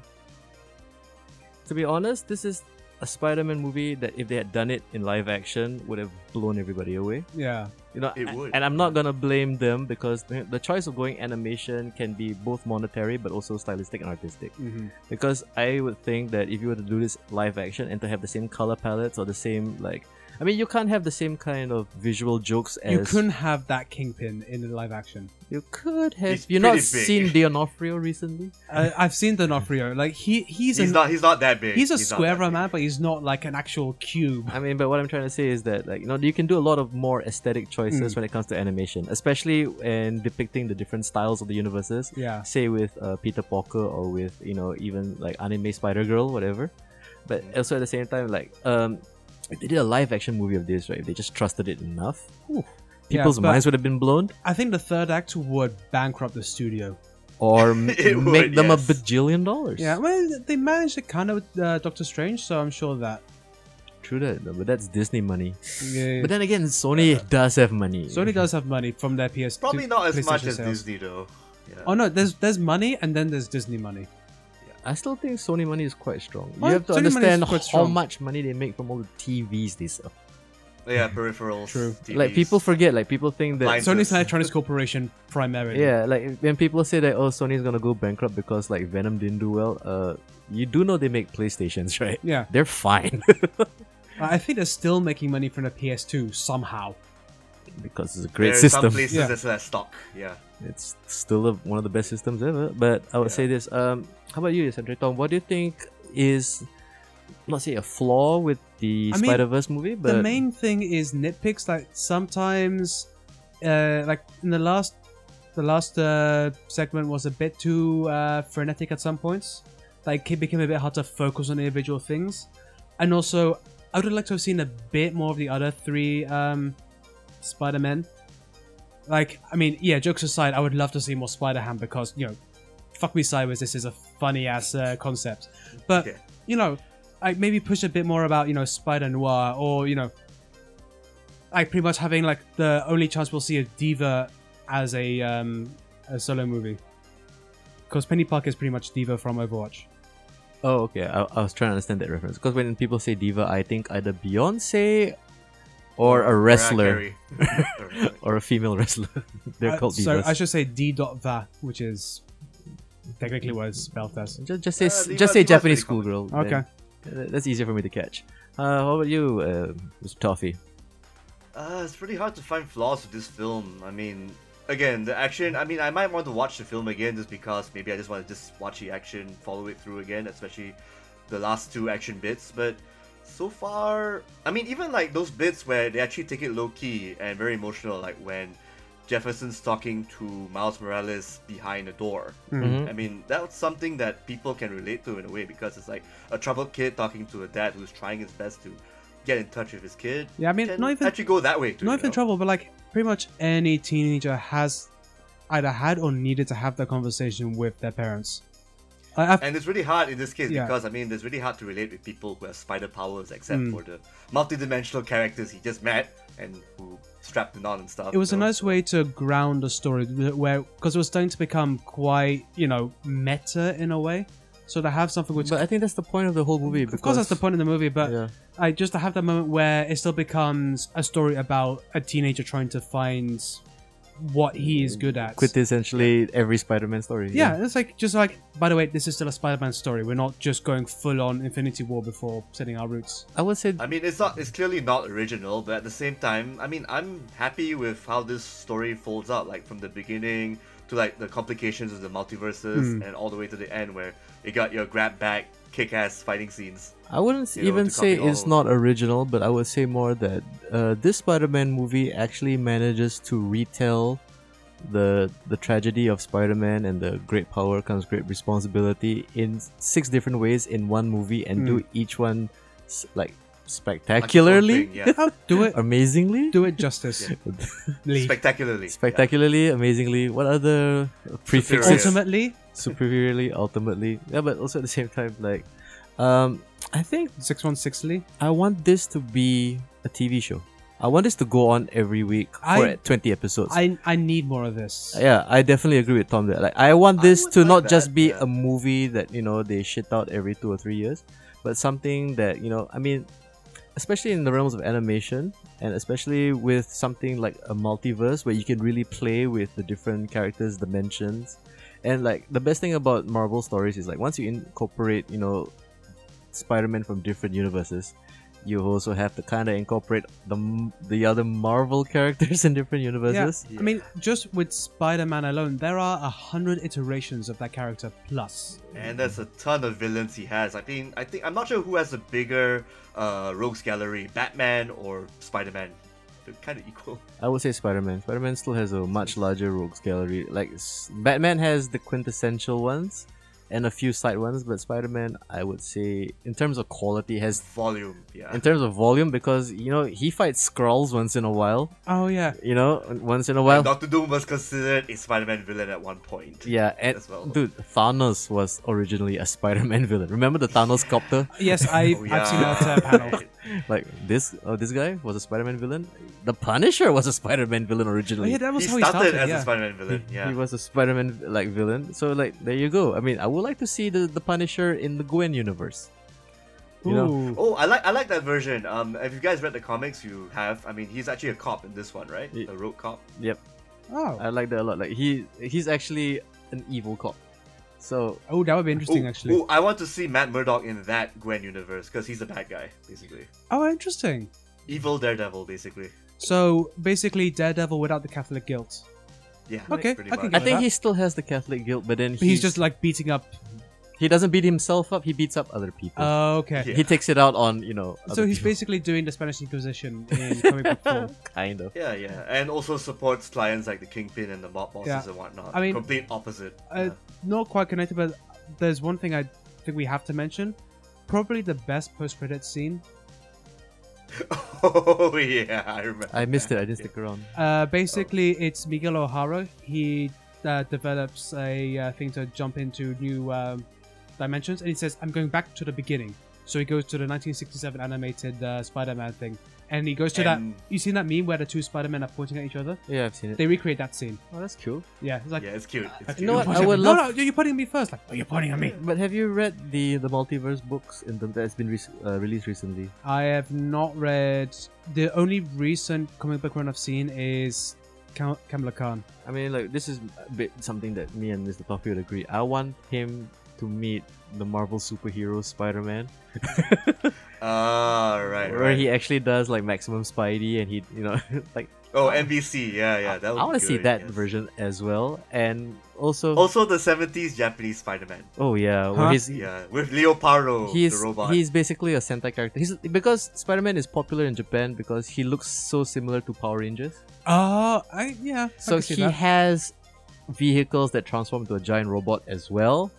D: to be honest, this is a Spider-Man movie that if they had done it in live action would have blown everybody away.
C: Yeah,
D: You know,
B: It
D: a-
B: would.
D: and I'm not gonna blame them because the the choice of going animation can be both monetary but also stylistic and artistic.
B: Mm-hmm.
D: Because I would think that if you were to do this live action and to have the same color palettes or the same like, I mean, you can't have the same kind of visual jokes as
C: You couldn't have that kingpin in the live action.
D: You could have.
B: He's
D: you not
B: pretty big.
D: seen D'Onofrio recently?
C: Uh, I've seen D'Onofrio. Like he, he's,
B: He's
C: a
B: not. He's not that big.
C: he's a
B: not
C: square
B: that big.
C: man, but he's not like an actual cube.
D: I mean, but what I'm trying to say is that, like, you know, you can do a lot of more aesthetic choices when it comes to animation, especially in depicting the different styles of the universes.
C: Yeah.
D: Say with uh, Peter Parker or with you know even like anime Spider Girl, whatever. But
C: Mm.
D: also at the same time, like, um, if they did a live action movie of this, right? If they just trusted it enough, whew,
C: Yeah,
D: people's
C: but-
D: minds would have been blown,
C: I think the third act would bankrupt the studio. [LAUGHS]
D: or m-
B: It would,
D: make them
B: yes.
D: a bajillion dollars.
C: Yeah, well, they managed it kind of with uh, Doctor Strange, so I'm sure that.
D: true that. But that's Disney money.
C: Yeah.
D: But then again, Sony does have money.
C: Sony does have money from their PS.
B: Probably not as much
C: PlayStation
B: as
C: sales.
B: Disney though. Yeah.
C: Oh no, there's there's money and then there's Disney money.
D: I still think Sony money is quite strong. You
C: Well,
D: have to
C: Sony money is
D: understand
C: quite
D: how
C: strong.
D: much money they make from all the TVs they sell.
B: yeah, peripherals.
C: True.
D: Like
B: TVs.
D: people forget, like people think that
B: Mine-
C: Sony's an electronics corporation primarily.
D: yeah, like when people say that oh Sony's gonna go bankrupt because like Venom didn't do well, uh you do know they make PlayStations, [LAUGHS] right?
C: Yeah,
D: They're fine [LAUGHS]
C: I I think they're still making money from the PS2 somehow.
D: because it's a
B: There
D: great
B: are Some
D: system.
B: places
C: Yeah.
B: that's less stock. Yeah.
D: It's still a, one of the best systems ever. But I would
B: Yeah.
D: say this. Um, how about you, Sandra Tom? What do you think is not say a flaw with the
C: I mean,
D: Spider Verse movie, but
C: the main thing is nitpicks. Like sometimes, uh, like in the last, the last uh, segment was a bit too uh, frenetic at some points. Like it became a bit hard to focus on individual things, and also I would have liked to have seen a bit more of the other three um, Spider Men. Like I mean, yeah. Jokes aside, I would love to see more Spider Ham because you know, fuck me sideways. This is a funny ass uh, concept, but
B: Yeah.
C: you know, like maybe push a bit more about you know Spider Noir or you know, like pretty much having like the only chance we'll see a diva as a um a solo movie, because Penny Park is pretty much diva from Overwatch.
D: Oh, okay. I, I was trying to understand that reference because when people say diva, I think either Beyonce or a wrestler
B: [LAUGHS] Mariah Carey.
D: or a female [LAUGHS] wrestler. They're
C: Uh,
D: called divas.
C: so I should say D dot va, which is technically what it's spelled as.
D: just, just say s
B: diva-
D: just say
B: diva's
D: Japanese
B: pretty
D: schoolgirl. then.
C: Okay.
D: Th- that's easier for me to catch. Uh, how about you, uh, Mr. Toffee?
C: Mm-hmm.
B: Uh, it's pretty hard to find flaws with this film. I mean, again, the action. I mean, I might want to watch the film again just because maybe I just want to just watch the action, follow it through again, especially the last two action bits. But so far, I mean, even like those bits where they actually take it low key and very emotional, like when Jefferson's talking to Miles Morales behind a door.
D: Hmm. Mm-hmm.
B: I mean, that's something that people can relate to in a way because it's like a troubled kid talking to a dad who's trying his best to get in touch with his kid.
C: Yeah, I mean,
B: can
C: not even-
B: actually go that way too.
C: Not
B: you
C: even
B: know?
C: trouble, but like pretty much any teenager has either had or needed to have that conversation with their parents. I, I've
B: And it's really hard in this case
C: Yeah.
B: because I mean, it's really hard to relate with people who have spider powers, except
C: Mm.
B: for the multi-dimensional characters he just met and who strapped him on and stuff.
C: it was a
B: you know?
C: nice way to ground the story where because it was starting to become quite you know meta in a way so to have something which
D: But I think that's the point of the whole movie. Because,
C: of course that's the point of the movie but
D: Yeah.
C: i just to have that moment where it still becomes a story about a teenager trying to find what he is good at
D: Quintessentially every Spider-Man story.
C: yeah, it's like just like by the way this is still a spider-man story we're not just going full on infinity war before setting our roots
D: I would say
B: I mean, it's not. It's clearly not original, but at the same time, I mean, I'm happy with how this story folds out, like from the beginning to like the complications of the multiverses
C: Hmm.
B: and all the way to the end, where you got your grab back, kick-ass fighting scenes.
D: I wouldn't
B: you know,
D: even
B: to
D: say
B: copy
D: it's
B: all
D: not original, but I would say more that uh, this Spider-Man movie actually manages to retell the the tragedy of Spider-Man and the great power comes great responsibility in six different ways in one movie and do each one s- like
B: Like its Hmm. own
D: spectacularly,
B: thing, yeah.
C: do it
D: amazingly,
C: do it
D: [LAUGHS]
C: justice Lee.
B: spectacularly, yeah.
D: spectacularly, amazingly. What other prefixes?
C: ultimately
D: Superiorly, ultimately. Yeah, but also at the same time, like, um, I think
C: 616 lee
D: I want this to be a TV show. I want this to go on every week for
C: I-
D: 20 episodes.
C: I I need more of this.
D: yeah, I definitely agree with Tom there. Like, I want
B: I
D: this
B: would
D: to
B: like
D: not just
B: that,
D: be a
B: yeah.
D: movie that, you know, they shit out every two or three years, but something that, you know, I mean, especially in the realms of animation, and especially with something like a multiverse where you can really play with the different characters' dimensions. And like the best thing about Marvel stories is like once you incorporate, you know, Spider-Man from different universes, you also have to kind of incorporate the m- the other Marvel [LAUGHS] characters in different universes.
C: I mean, just with Spider-Man alone, there are a hundred iterations of that character plus.
B: And there's a ton of villains he has. I think I think I'm not sure who has a bigger uh, rogues gallery, Batman or Spider Man. They're kind of equal. [LAUGHS]
D: I would say Spider-Man. Spider-Man still has a much larger rogues gallery. Like s- Batman has the quintessential ones and a few side ones, but Spider-Man, I would say in terms of quality has
B: Volume, yeah.
D: in terms of volume because you know he fights Skrulls once in a while.
C: Oh yeah,
D: You know, once in a while.
B: Doctor Doom was considered a Spider Man villain at one point.
D: Yeah, and
B: as well.
D: dude, Thanos was originally a Spider-Man [LAUGHS] villain. Remember the Thanos copter?
C: [LAUGHS] yes, I
B: Oh,
C: I've seen
B: yeah. [LAUGHS]
C: that uh, [LAUGHS] panel.
D: Like this, oh, this guy was a Spider-Man villain. The Punisher was a Spider-Man villain
C: Oh,
D: originally.
C: yeah, that was
B: He
C: how
B: started,
C: he started.
B: as
C: yeah.
B: a Spider Man villain, yeah.
D: He was a Spider-Man like villain. So like, there you go. I mean, I would like to see the the Punisher in the Gwen universe. You know,
C: Ooh.
B: Oh, I like I like that version. Um, if you guys read the comics, you have. I mean, he's actually a cop in this one, right?
D: Ye-
B: A rogue cop.
D: Yep,
C: Oh.
D: I like that a lot. Like he he's actually an evil cop. So
C: Oh, that would be interesting,
B: Ooh,
C: actually.
B: ooh, I want to see Matt Murdock in that Gwen universe because he's a bad guy, basically.
C: Oh, interesting.
B: Evil Daredevil, basically.
C: So basically, Daredevil without the Catholic guilt.
B: Yeah.
C: Okay,
B: pretty
C: I can
B: much.
C: get
D: I
C: Yeah,
D: think
C: that-
D: he still has the Catholic guilt, but then
C: But he's just like beating up.
D: he doesn't beat himself up. He beats up other people.
C: Oh, okay.
B: Yeah.
D: He takes it out on you know.
C: So
D: other
C: he's
D: people.
C: basically doing the Spanish Inquisition in comic book [LAUGHS] form.
D: [LAUGHS] kind of.
B: Yeah, yeah, and also supports clients like the Kingpin and the mob bosses
C: Yeah.
B: and whatnot.
C: I mean-
B: complete opposite.
C: Uh, Not quite connected, but there's one thing I think we have to mention. Probably the best post-credit scene.
B: yeah. oh yeah, I remember.
D: I missed it. I didn't stick around.
C: Uh, basically, it's Miguel O'Hara. He uh, develops a uh, thing to jump into new um, dimensions, and he says, "I'm going back to the beginning." So he goes to the 1967 animated uh, Spider-Man thing, and he goes to
B: And-
C: that. You seen that meme where the two Spider-Men are pointing at each other?
D: Yeah, I've seen it.
C: They recreate that scene.
D: Oh, that's cool.
C: Yeah, it's like,
B: Yeah, it's cute. It's cute.
D: You know what?
C: "Don't
D: I would
C: point at me." No,
D: love-
C: no, you're pointing at me first. Like, oh, you're pointing at me.
D: But have you read the the multiverse books in the, that's been rec- uh, released recently?
C: I have not read. The only recent comic book run I've seen is Kam- Kamala Khan.
D: I mean, like this is a bit something that me and Mr. Toffee would agree. I want him to meet the Marvel superhero Spider-Man,
B: Ah, right,
D: where
B: right.
D: he actually does like maximum Spidey, and he you know [LAUGHS] like
B: Oh, NBC. Yeah, yeah. That
D: I
B: want to
D: see that version as well, and also
B: Also, the '70s Japanese Spider-Man.
D: oh yeah, where
C: Huh?
D: he's
B: Yeah, with Leo Paro,
D: he's
B: the robot.
D: he's basically a Sentai character. He's because Spider-Man is popular in Japan because he looks so similar to Power Rangers.
C: Oh, I yeah. I
D: So
C: can see
D: he
C: that.
D: has vehicles that transform into a giant robot as well,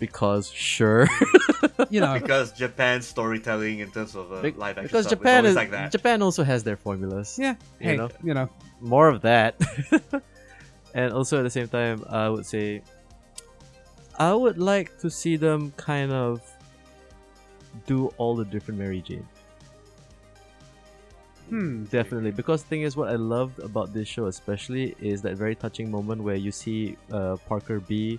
D: because sure,
C: you know,
B: because Japan's storytelling in terms of uh,
D: uh, Be-
B: live action
D: because
B: stuff is
D: Japan
B: always
D: is
B: like that.
D: Japan also has their formulas.
C: yeah.
D: You
C: Hey,
D: know?
C: you know.
D: More of that, [LAUGHS] and also at the same time, I would say, I would like to see them kind of do all the different Mary Jane.
C: Hmm.
D: Definitely, because the thing is, what I loved about this show, especially, is that very touching moment where you see uh, Parker B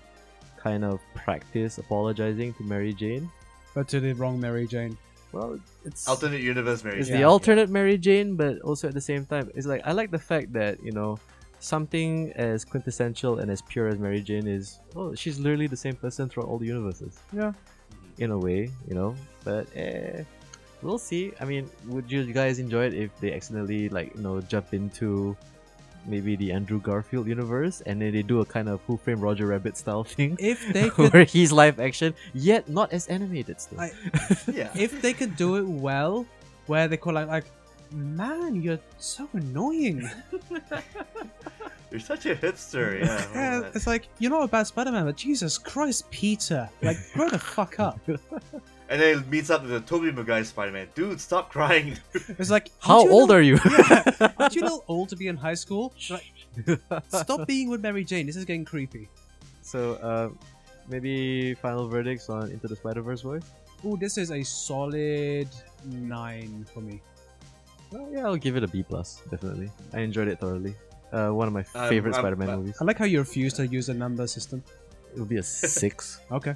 D: kind of practice apologizing to Mary Jane.
C: But to the wrong Mary Jane.
D: Well, it's
B: Alternate universe Mary.
D: it's
B: Jane.
D: the alternate Mary Jane, but also at the same time, it's like I like the fact that you know something as quintessential and as pure as Mary Jane is. Oh, she's literally the same person throughout all the universes.
C: Yeah.
D: in a way, you know. But eh, we'll see. I mean, would you guys enjoy it if they accidentally like you know jump into maybe the Andrew Garfield universe and then they do a kind of Who Framed Roger Rabbit style [LAUGHS] thing?
C: If [LAUGHS] they could,
D: Where he's live action, yet not as animated still.
C: I-
B: Yeah.
C: if they could do it well, where they call like, like, man, you're so
D: [LAUGHS]
C: annoying.
B: You're such a
D: Oh,
B: hipster.
C: [LAUGHS]
B: Yeah. I
C: Yeah,
B: love that.
C: Uh, it's like you're not a bad Spider-Man, but Jesus Christ, Peter, like, grow the fuck up.
B: and then it meets up with the Tobey Maguire Spider-Man. Dude, stop crying. [LAUGHS]
C: It's like,
D: How
C: aren't you a
D: old
C: [LAUGHS] little-
D: are you?
C: Aren't you a little old to be in high school? Like,
D: [LAUGHS]
C: [LAUGHS] stop being with Mary Jane. This is getting creepy.
D: So, uh, maybe final verdicts on Into the Spider Verse voice?
C: Oh, this is a solid nine for me.
D: Well, yeah, I'll give it a B plus. Definitely, I enjoyed it thoroughly. Uh, one of my
B: Um,
D: favorite
B: um,
D: Spider-Man
B: uh, [LAUGHS]
D: movies.
C: I like how you refuse to use a number system.
D: It would be a six.
B: [LAUGHS]
C: Okay.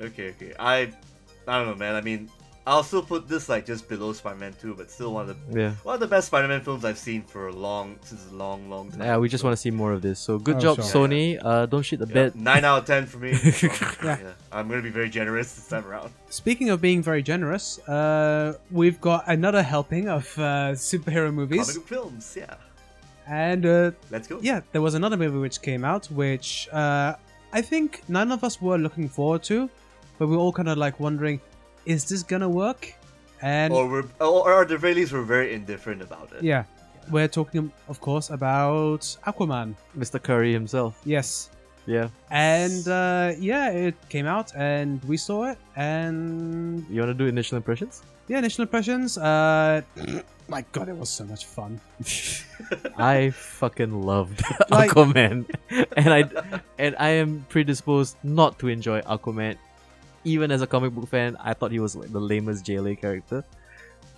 B: Okay, okay. I, I don't know, man. I mean, I'll still put this like just below Spider-Man 2, but still one of the
D: Yeah.
B: one of the best Spider-Man films I've seen for a long since a long, long time.
D: Yeah, we just want to see more of this. So good
C: Oh,
D: job,
C: sure.
D: Sony. Uh, don't shit the
B: Yeah,
D: bed.
B: Nine out of ten
D: [LAUGHS]
B: for me.
C: Yeah.
B: yeah. I'm gonna be very generous this time around.
C: Speaking of being very generous, uh, we've got another helping of uh, superhero
B: Comic
C: movies,
B: book films, yeah.
C: and uh,
B: Let's go.
C: yeah, there was another movie which came out, which uh, I think none of us were looking forward to, but we were all kind of like wondering, is this gonna work? And
B: Or we're or, or at the very least we're very indifferent about it.
C: yeah, we're talking, of course, about Aquaman.
D: Mr. Curry himself.
C: Yes,
D: Yeah.
C: and uh, yeah, it came out, and we saw it, and
D: You want to do initial impressions?
C: yeah, initial impressions. Uh, [CLEARS THROAT] my God, it was so much fun.
D: I fucking loved
B: [LAUGHS]
D: [LAUGHS]
C: Like-
D: Aquaman, and I and I am predisposed not to enjoy Aquaman. Even as a comic book fan, I thought he was like the lamest JLA character,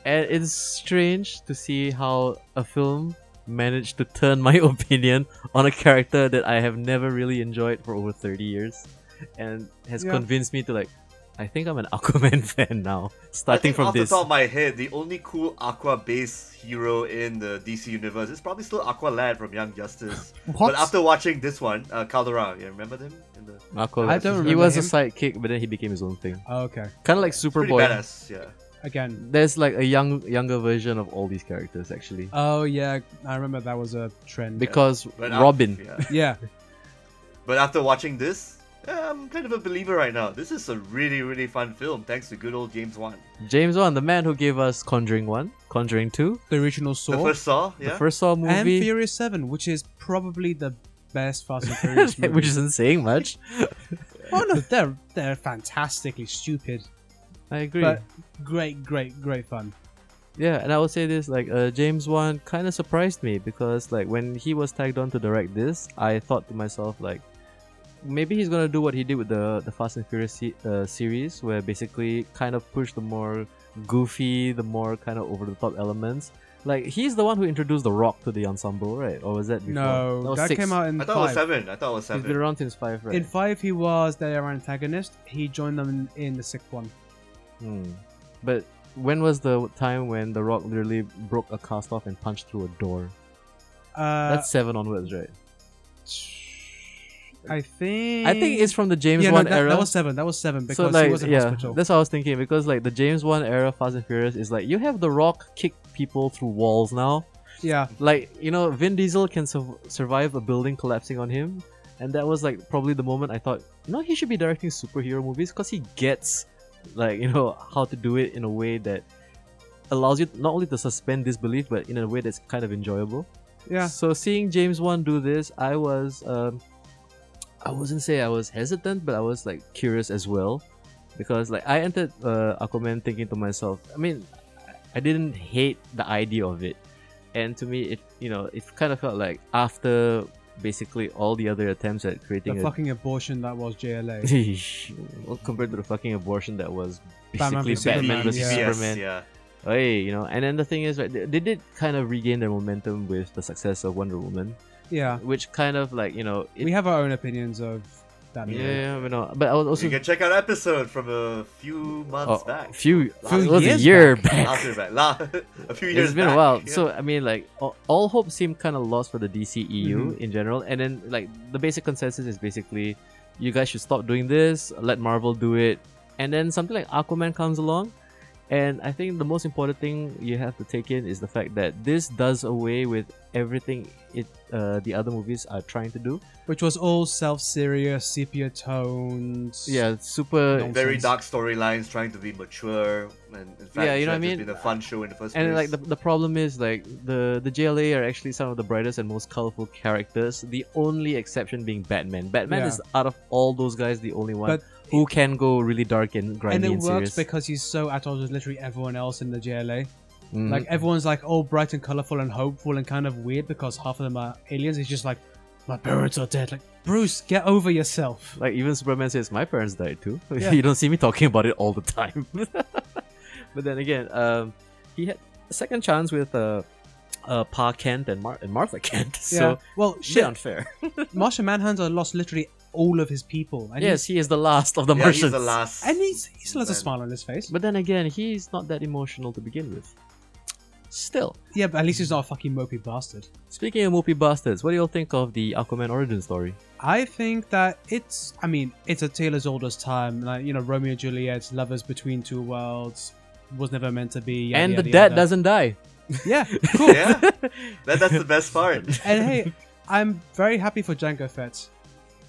D: and it's strange to see how a film managed to turn my [LAUGHS] opinion on a character that I have never really enjoyed for over thirty years, and has
C: Yeah.
D: convinced me to like. I think I'm an [LAUGHS] Aquaman fan now.
B: I
D: Starting
B: think
D: from
B: off
D: this,
B: the top of my head, the only cool aqua based hero in the DC universe is probably still Aqua Lad from Young Justice.
C: What?
B: But after watching this one, uh, Caldera, you remember him? In the,
D: Aquaman.
C: I don't
D: he
C: remember
D: was
C: him.
D: a sidekick, but then he became his own thing.
C: Oh, Okay,
D: Kind of like
B: pretty
D: Superboy.
B: badass, yeah.
C: again,
D: There's like a young younger version of all these characters actually.
C: Oh yeah, I remember that was a trend.
D: Because
B: But af-
D: Robin.
B: yeah.
C: yeah,
B: But after watching this, yeah, I'm kind of a believer right now. This is a really, really fun film, thanks to good old James Wan.
D: James Wan, the man who gave us Conjuring 1, Conjuring 2,
C: the original
B: The
C: Saw
B: first Saw, yeah.
D: the first Saw
C: and
D: movie,
C: Furious Seven, which is probably the best
D: [LAUGHS]
C: Fast and Furious movie.
D: which isn't saying much.
C: oh no,
D: [LAUGHS]
C: they're they're fantastically stupid,
D: I agree.
C: but great, great, great fun.
D: yeah, and I would say this like uh, James Wan kind of surprised me because like when he was tagged on to direct this, I thought to myself like maybe he's gonna do what he did with the the Fast and Furious se- uh, series, where basically kind of push the more goofy, the more kind of over the top elements. Like he's the one who introduced The Rock to the ensemble, right? Or was that before?
C: No,
D: was
C: that
D: six.
C: came out in
B: I thought it was
C: five.
B: seven. I thought it was
D: He's
B: seven.
D: been around since five, right?
C: In five, he was their antagonist. He joined them in, in the sixth one.
D: Hmm. But when was the time when The Rock literally broke a cast off and punched through a door?
C: Uh,
D: That's seven onwards, right?
C: I think.
D: I think it's from the James
C: yeah, no,
D: Wan
C: that,
D: era.
C: that was seven. That was seven because
D: so like
C: he was in
D: yeah,
C: hospital.
D: that's what I was thinking because like the James Wan era Fast and Furious is like you have The Rock kick people through walls now.
C: Yeah,
D: Like you know, Vin Diesel can sur- survive a building collapsing on him, and that was like probably the moment I thought, you know, he should be directing superhero movies because he gets like you know [LAUGHS] how to do it in a way that allows you not only to suspend disbelief but in a way that's kind of enjoyable.
C: yeah.
D: So seeing James Wan do this, I was um, I wouldn't say I was hesitant, but I was like curious as well, because like I entered uh, Aquaman thinking to myself, I mean, I didn't hate the idea of it, and to me, it you know, it kind of felt like after basically all the other attempts at
C: The
D: creating a
C: fucking abortion that was JLA.
D: [LAUGHS] well, compared to the fucking abortion that was
C: Batman
D: basically
C: v
D: Batman,
C: Superman,
D: versus
C: yeah.
B: BVS,
D: Superman.
B: yeah.
D: Hey, you know, and then the thing is, right, they, they did kind of regain their momentum with the success of Wonder Woman
C: yeah,
D: which kind of like you know it,
C: we have our own opinions of that.
D: yeah,
C: movie.
D: yeah, you know but i was also
B: you can check out episode from a few months
D: oh,
B: back.
D: few, [LAUGHS]
B: Few
D: it was a
C: years
D: year back,
B: Last year back. La- [LAUGHS] a few years
D: it's been
B: back,
D: a while
B: yeah.
D: so i mean like all, all hope seemed kind of lost for the dceu in general and then like the basic consensus is basically you guys should stop doing this let marvel do it and then something like aquaman comes along and i think the most important thing you have to take in is the fact that this does away with everything it uh, the other movies are trying to do
C: which was all self-serious, sepia tones.
D: yeah super
C: Nonsense.
B: very dark storylines trying to be mature and in fact
D: Yeah, you know
B: trying
D: what I
B: to
D: mean?
B: be the fun show in the first
D: And like
B: place
D: the, the problem is like the the JLA are actually some of the brightest and most colorful characters. The only exception being Batman. Batman
C: Yeah.
D: is out of all those guys the only one
C: But
D: who can go really dark and
C: and
D: grindy
C: it
D: and,
C: works
D: serious.
C: because he's so at odds with literally everyone else in the JLA.
D: Mhm.
C: Like everyone's like all bright and colorful and hopeful and kind of weird because half of them are aliens. He's just like, my parents are dead. Like Bruce, get over yourself.
D: Like even Superman says, "My parents died too." [LAUGHS]
C: Yeah.
D: you don't see me talking about it all the time. [LAUGHS] but then again, um, he had a second chance with uh, uh, Pa Kent [LAUGHS] and Mar- and Martha Kent.
C: Yeah.
D: So
C: well,
D: shit
C: shit.
D: unfair.
C: Martian Manhunter lost literally all of his people. And
D: yes,
C: he's-
D: he is the last of the
B: yeah,
D: merchants.
B: he's the last.
C: and he's, he still has a
B: Man.
C: smile on his face.
D: But then again, he's not that emotional to begin with. Still.
C: yeah, but at least he's not a fucking mopey bastard.
D: Speaking of mopey bastards, what do you all think of the Aquaman origin story?
C: I think that it's. I mean, it's a tale as old as time. Like you know, Romeo and Juliet, lovers between two worlds, was never meant to be. yada,
D: and the
C: yada,
D: dad
C: yada.
D: doesn't die.
C: Yeah, cool. [LAUGHS]
B: yeah,
D: [LAUGHS]
B: that, that's the best part.
C: and hey, I'm very happy for Django Fett.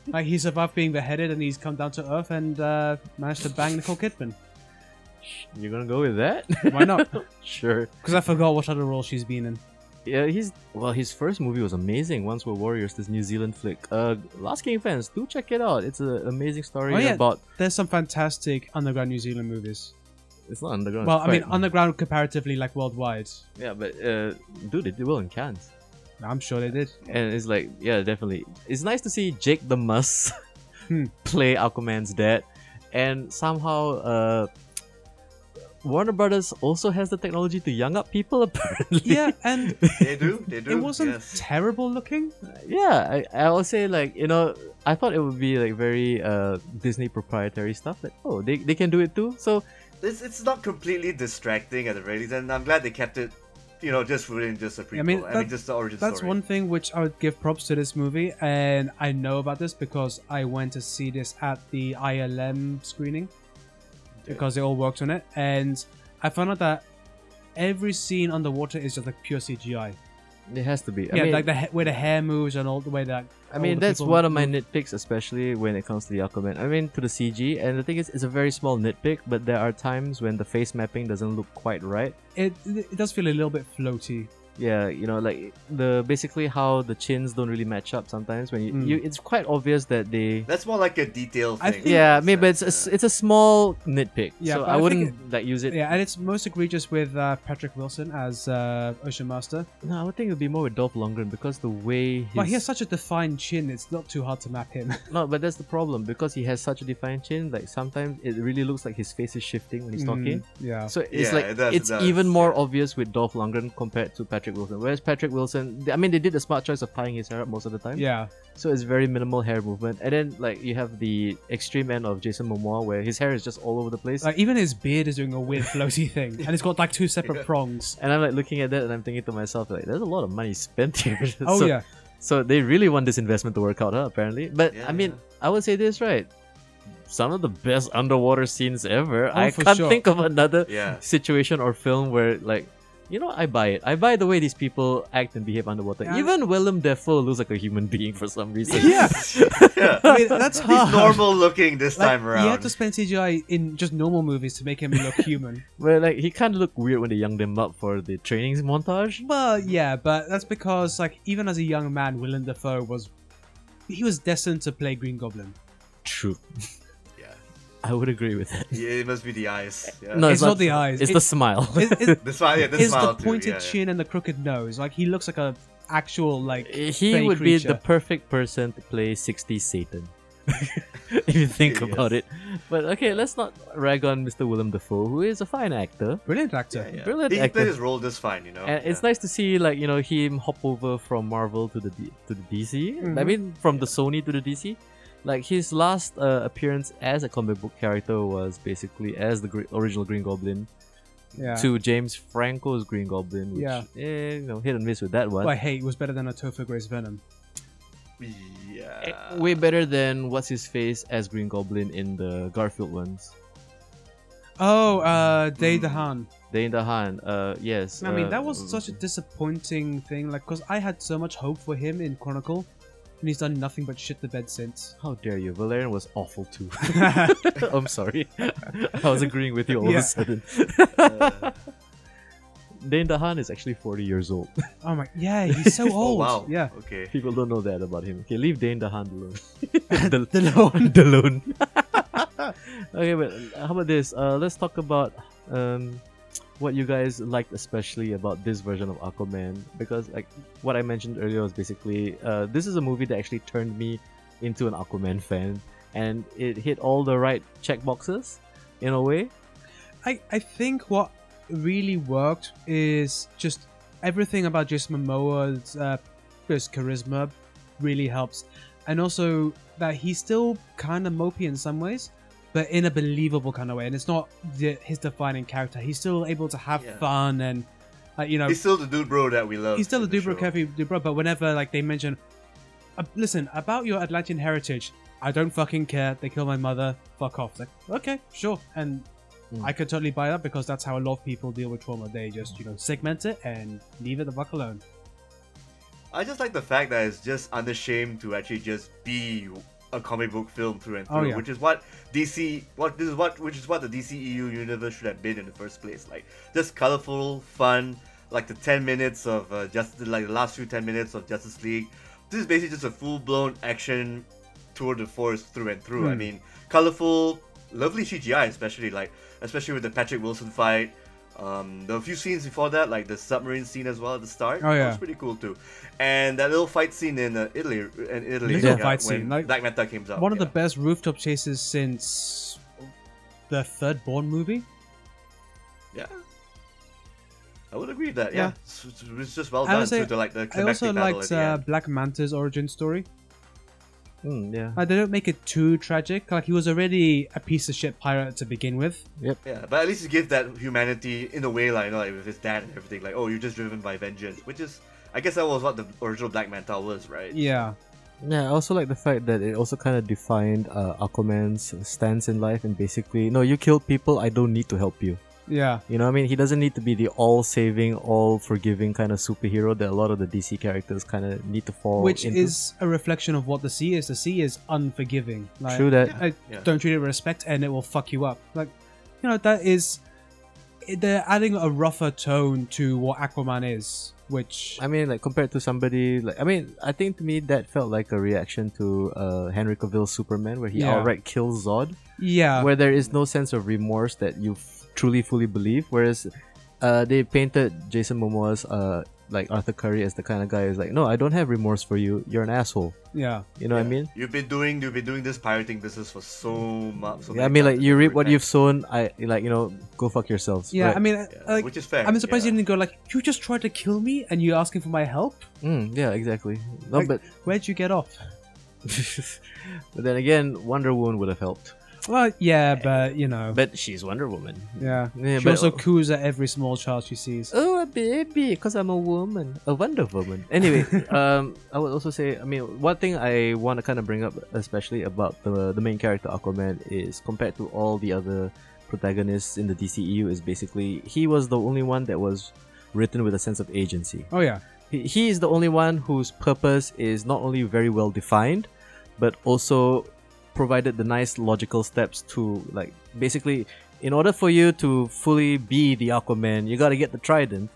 C: Like he survived being beheaded, and he's come down to earth and uh, managed to bang Nicole Kidman.
D: You're gonna go with that? [LAUGHS]
C: Why not?
D: sure.
C: Because I forgot what other role she's been in.
D: Yeah, he's well. His first movie was amazing. Once Were Warriors, this New Zealand flick. Uh, Last King fans, do check it out. It's an amazing story
C: Oh, yeah.
D: about.
C: There's some fantastic underground New Zealand movies.
D: It's not underground.
C: well,
D: it's
C: I mean,
D: quite-
C: underground comparatively, like worldwide.
D: yeah, but uh, dude, they did well in Cannes,
C: I'm sure they
D: [LAUGHS]
C: did.
D: and it's like, yeah, definitely. It's nice to see Jake the Mus [LAUGHS]
C: Hmm.
D: play Aquaman's dad, and somehow uh, Warner Brothers also has the technology to young up people [LAUGHS] apparently.
C: Yeah, and
B: They do, they do.
C: it wasn't
B: Yes.
C: terrible looking.
D: yeah I, I would say like you know i thought it would be like very uh disney proprietary stuff that oh they, they can do it too so
B: It's, it's not completely distracting at the very least, and I'm glad they kept it, you know, just within just a prequel. I mean,
C: that-
B: just the origin
C: That's
B: story.
C: one thing which I would give props to this movie, and I know about this because I went to see this at the ILM screening because they all worked on it, and I found out that every scene underwater is just like pure CGI.
D: it has to be I
C: yeah,
D: mean,
C: like the ha- way the hair moves and all the way that.
D: I
C: all
D: mean
C: the
D: that's
C: people
D: one of my
C: move.
D: nitpicks especially when it comes to the aquaman i mean to the cg and the thing is it's a very small nitpick but there are times when the face mapping doesn't look quite right
C: It, it does feel a little bit floaty.
D: yeah you know like the basically how the chins don't really match up sometimes when you,
C: Mm.
D: you it's quite obvious that they
B: That's more like a detail
C: I
B: thing.
C: think-
D: yeah maybe but it's a, s- it's a small nitpick
C: Yeah,
D: so
C: but
D: i,
C: I think
D: wouldn't like use it
C: Yeah, and it's most egregious with uh, Patrick Wilson as uh, Ocean Master.
D: No, I would think it would be more with Dolph Lundgren because the way his...
C: But he has such a defined chin; it's not too hard to map him.
D: no, but that's the problem because he has such a defined chin. Like sometimes it really looks like his face is shifting when he's talking.
C: [LAUGHS] Mm, yeah.
D: So it's
B: Yeah,
D: like
B: it does, it
D: it's
B: does,
D: even more
B: yeah.
D: obvious with Dolph Lundgren compared to Patrick Wilson. Whereas Patrick Wilson, they- I mean, they did the smart choice of tying his hair up most of the time.
C: Yeah.
D: So it's very minimal hair movement. And then like you have the extreme end of Jason Momoa where his hair is just all over the place.
C: Like even his beard is doing a
B: [LAUGHS]
C: weird floaty thing, and it's got like two separate prongs.
D: and I'm like looking at that and I'm thinking to myself like, there's a lot of money spent [LAUGHS] here.
C: Oh
D: So-
B: [LAUGHS]
C: yeah,
D: So they really want this investment to work out, huh? Apparently, but
B: Yeah,
D: I mean,
B: yeah.
D: I would say this right. Some of the best underwater scenes ever.
C: Oh,
D: I
C: for
D: can't
C: sure.
D: think of another
B: Yeah.
D: situation or film where like. You know, I buy it. I buy the way these people act and behave underwater.
C: Yeah.
D: Even Willem Dafoe looks like a human being for some reason.
C: [LAUGHS] yeah.
B: [LAUGHS] yeah.
C: I mean that's hard.
D: [LAUGHS]
B: He's normal looking this
C: Like,
B: time around.
C: You have to spend CGI in just normal movies to make
B: [LAUGHS]
C: him look human.
D: Where like he kind of looked weird when they younged him up for the trainings montage.
C: well, yeah, but that's because like even as a young man, Willem Dafoe was he was destined to play Green Goblin.
D: True,
B: Yeah.
D: I would agree with that.
B: Yeah, it must be the eyes. Yeah.
D: No,
C: It's not the eyes.
D: It's
C: It-
D: the smile.
C: It's,
B: [LAUGHS]
C: it's,
B: The smile, yeah, the
C: it's
B: smile
C: the
B: too,
C: pointed
B: yeah, yeah.
C: chin and the crooked nose. Like he looks like a actual like
D: [LAUGHS] he
C: fey
D: would be
C: creature.
D: the perfect person to play 60 Satan. [LAUGHS] if you think
B: Yes.
D: about it. But okay, let's not rag on Mr. Willem Dafoe, who is a fine actor.
C: brilliant actor.
B: Yeah, yeah.
D: Brilliant
B: He
D: actor.
B: played his role just fine, you know.
D: And it's
B: yeah.
D: nice to see like, you know, him hop over from Marvel to the D- to the DC. I
C: Mhm.
D: mean from the Sony to the DC. Like his last uh, appearance as a comic book character was basically as the gre- original Green Goblin
C: Yeah.
D: to James Franco's Green Goblin, which
C: Yeah.
D: eh, you know hit and miss with that one.
C: Well, hey, it was better than a Topher Grace Venom.
D: Eh,
B: Yeah.
D: way better than what's his face as Green Goblin in the Garfield ones.
C: Oh, uh, Day
B: Mm.
C: DeHaan.
D: Dane DeHaan, uh, yes.
C: I mean,
D: uh,
C: that was such a disappointing thing, like, because I had so much hope for him in Chronicle, and he's done nothing but shit the bed
B: [LAUGHS]
C: since. [LAUGHS]
D: How dare you? Valerian was awful too. [LAUGHS] I'm sorry. [LAUGHS] I was agreeing with you all
C: Yeah.
D: of a sudden.
C: [LAUGHS]
B: Uh,
D: Dane DeHaan is actually 40 years old. [LAUGHS]
C: Oh my, yeah, he's so
B: [LAUGHS] oh,
C: old.
B: wow.
C: Yeah.
B: Okay.
D: People don't know that about him. Okay, leave Dane DeHaan alone. [LAUGHS]
C: Delone.
D: Delone. [LAUGHS] okay, but how about this? Uh, let's talk about um, what you guys liked especially about this version of Aquaman because like what I mentioned earlier was basically uh, this is a movie that actually turned me into an Aquaman fan and it hit all the right check boxes in a way.
C: I, I think what really worked is just everything about Jason Momoa's uh, his charisma really helps. and also that he's still kind of mopey in some ways, but in a believable kind of way. And it's not the, his defining character. He's still able to have
B: Yeah.
C: fun and, like, you know,
B: He's still the dude bro that we love.
C: uh, he's still a
B: in the
C: Dubro
B: show.
C: Kefi Dubro, but whenever like they mention, uh, listen about your Atlantean heritage, I don't fucking care. They killed my mother. Fuck off. It's Like okay, sure, and
D: Mm.
B: Hmm.
C: I could totally buy that because that's how a lot of people deal with trauma. They just you know segment it and leave it the fuck alone.
B: I just like the fact that it's just unashamed to actually just be a comic book film through and through,
C: Oh, yeah.
B: which is what DC, what this is what, which is what the DCEU universe should have been in the first place. Like just colorful, fun, like the ten minutes of uh, just like the last few ten minutes of Justice League. This is basically just a full blown action tour de force through and through. I
C: Hmm.
B: mean, colorful, lovely CGI, especially like especially with the Patrick Wilson fight. Um, there were a few scenes before that, like the submarine scene as well at the start.
C: Oh,
B: That
C: yeah.
B: was pretty cool too. And that little fight scene in uh, Italy, in Italy,
C: Little
B: yeah,
C: fight
B: when
C: scene, like-
B: Black Manta came out.
C: One of the
B: Oh, yeah.
C: best rooftop chases since the third Born movie.
B: Yeah. I would agree with that.
C: Yeah.
B: Yeah, It's- it's, it's just well
C: I
B: done
C: would say-
B: too. To like the
C: I also
B: climactic battle at
C: liked
B: the
C: uh,
B: end.
C: Black Manta's origin story.
D: Mm, yeah.
C: Like, they don't make it too tragic. Like he was already a piece of shit pirate to begin with.
B: Yeah, but at least you give that humanity in a way, like you know, like with his dad and everything. Like, oh, you're just driven by vengeance, which is, I guess, that was what the original Black Manta was, right?
C: Yeah.
D: Yeah, I also like the fact that it also kind of defined uh, Aquaman's stance in life and basically, no, you killed people, I don't need to help you.
C: Yeah.
D: You know what I mean? He doesn't need to be the all saving, all forgiving kind of superhero that a lot of the DC characters kind of need to fall
C: which
D: into.
C: is a reflection of what the sea is. The sea is unforgiving. Like,
D: True that.
C: I-
B: Yeah.
C: Don't treat it with respect, and it will fuck you up. Like, you know, that is they're adding a rougher tone to what Aquaman is, which
D: I mean, like compared to somebody, like I mean, I think to me that felt like a reaction to uh, Henry Cavill's Superman, where he
C: Yeah.
D: outright kills Zod,
C: yeah,
D: where there is no sense of remorse that you f- truly fully believe. Whereas, uh, they painted Jason Momoa's uh, like Arthur Curry as the kind of guy who's like, no, I don't have remorse for you. You're an asshole.
C: yeah,
D: You know what I
B: Yeah.
D: mean?
B: You've been doing, you've been doing this pirating business for so much. So
D: Yeah, I
B: many
D: mean,
B: times
D: like
B: at
D: you reap
B: different
D: what
B: times.
D: you've sown. I like you know, go fuck yourselves.
C: yeah. I
D: Right.
C: mean, uh,
B: Yeah,
C: like,
B: which is fair.
C: I'm surprised
B: yeah.
C: you didn't go like, you just tried to kill me, and you're asking for my help.
D: Mm, yeah, exactly. No,
C: Like-
D: but
C: Where'd you get off?
D: but then again, Wonder Woman would have helped.
C: Well, yeah, but you know,
D: But she's Wonder Woman.
C: yeah.
D: Yeah,
C: She
D: but- uh,
C: also coos at every small child she sees.
D: Oh, a baby, because I'm a woman, a Wonder Woman. [LAUGHS] Anyway, um, I would also say, I mean, one thing I want to kind of bring up, especially about the the main character Aquaman, is compared to all the other protagonists in the DCEU, is basically he was the only one that was written with a sense of agency.
C: Oh yeah,
D: He, he is the only one whose purpose is not only very well defined, but also provided the nice logical steps to like basically in order for you to fully be the Aquaman, you gotta get the trident.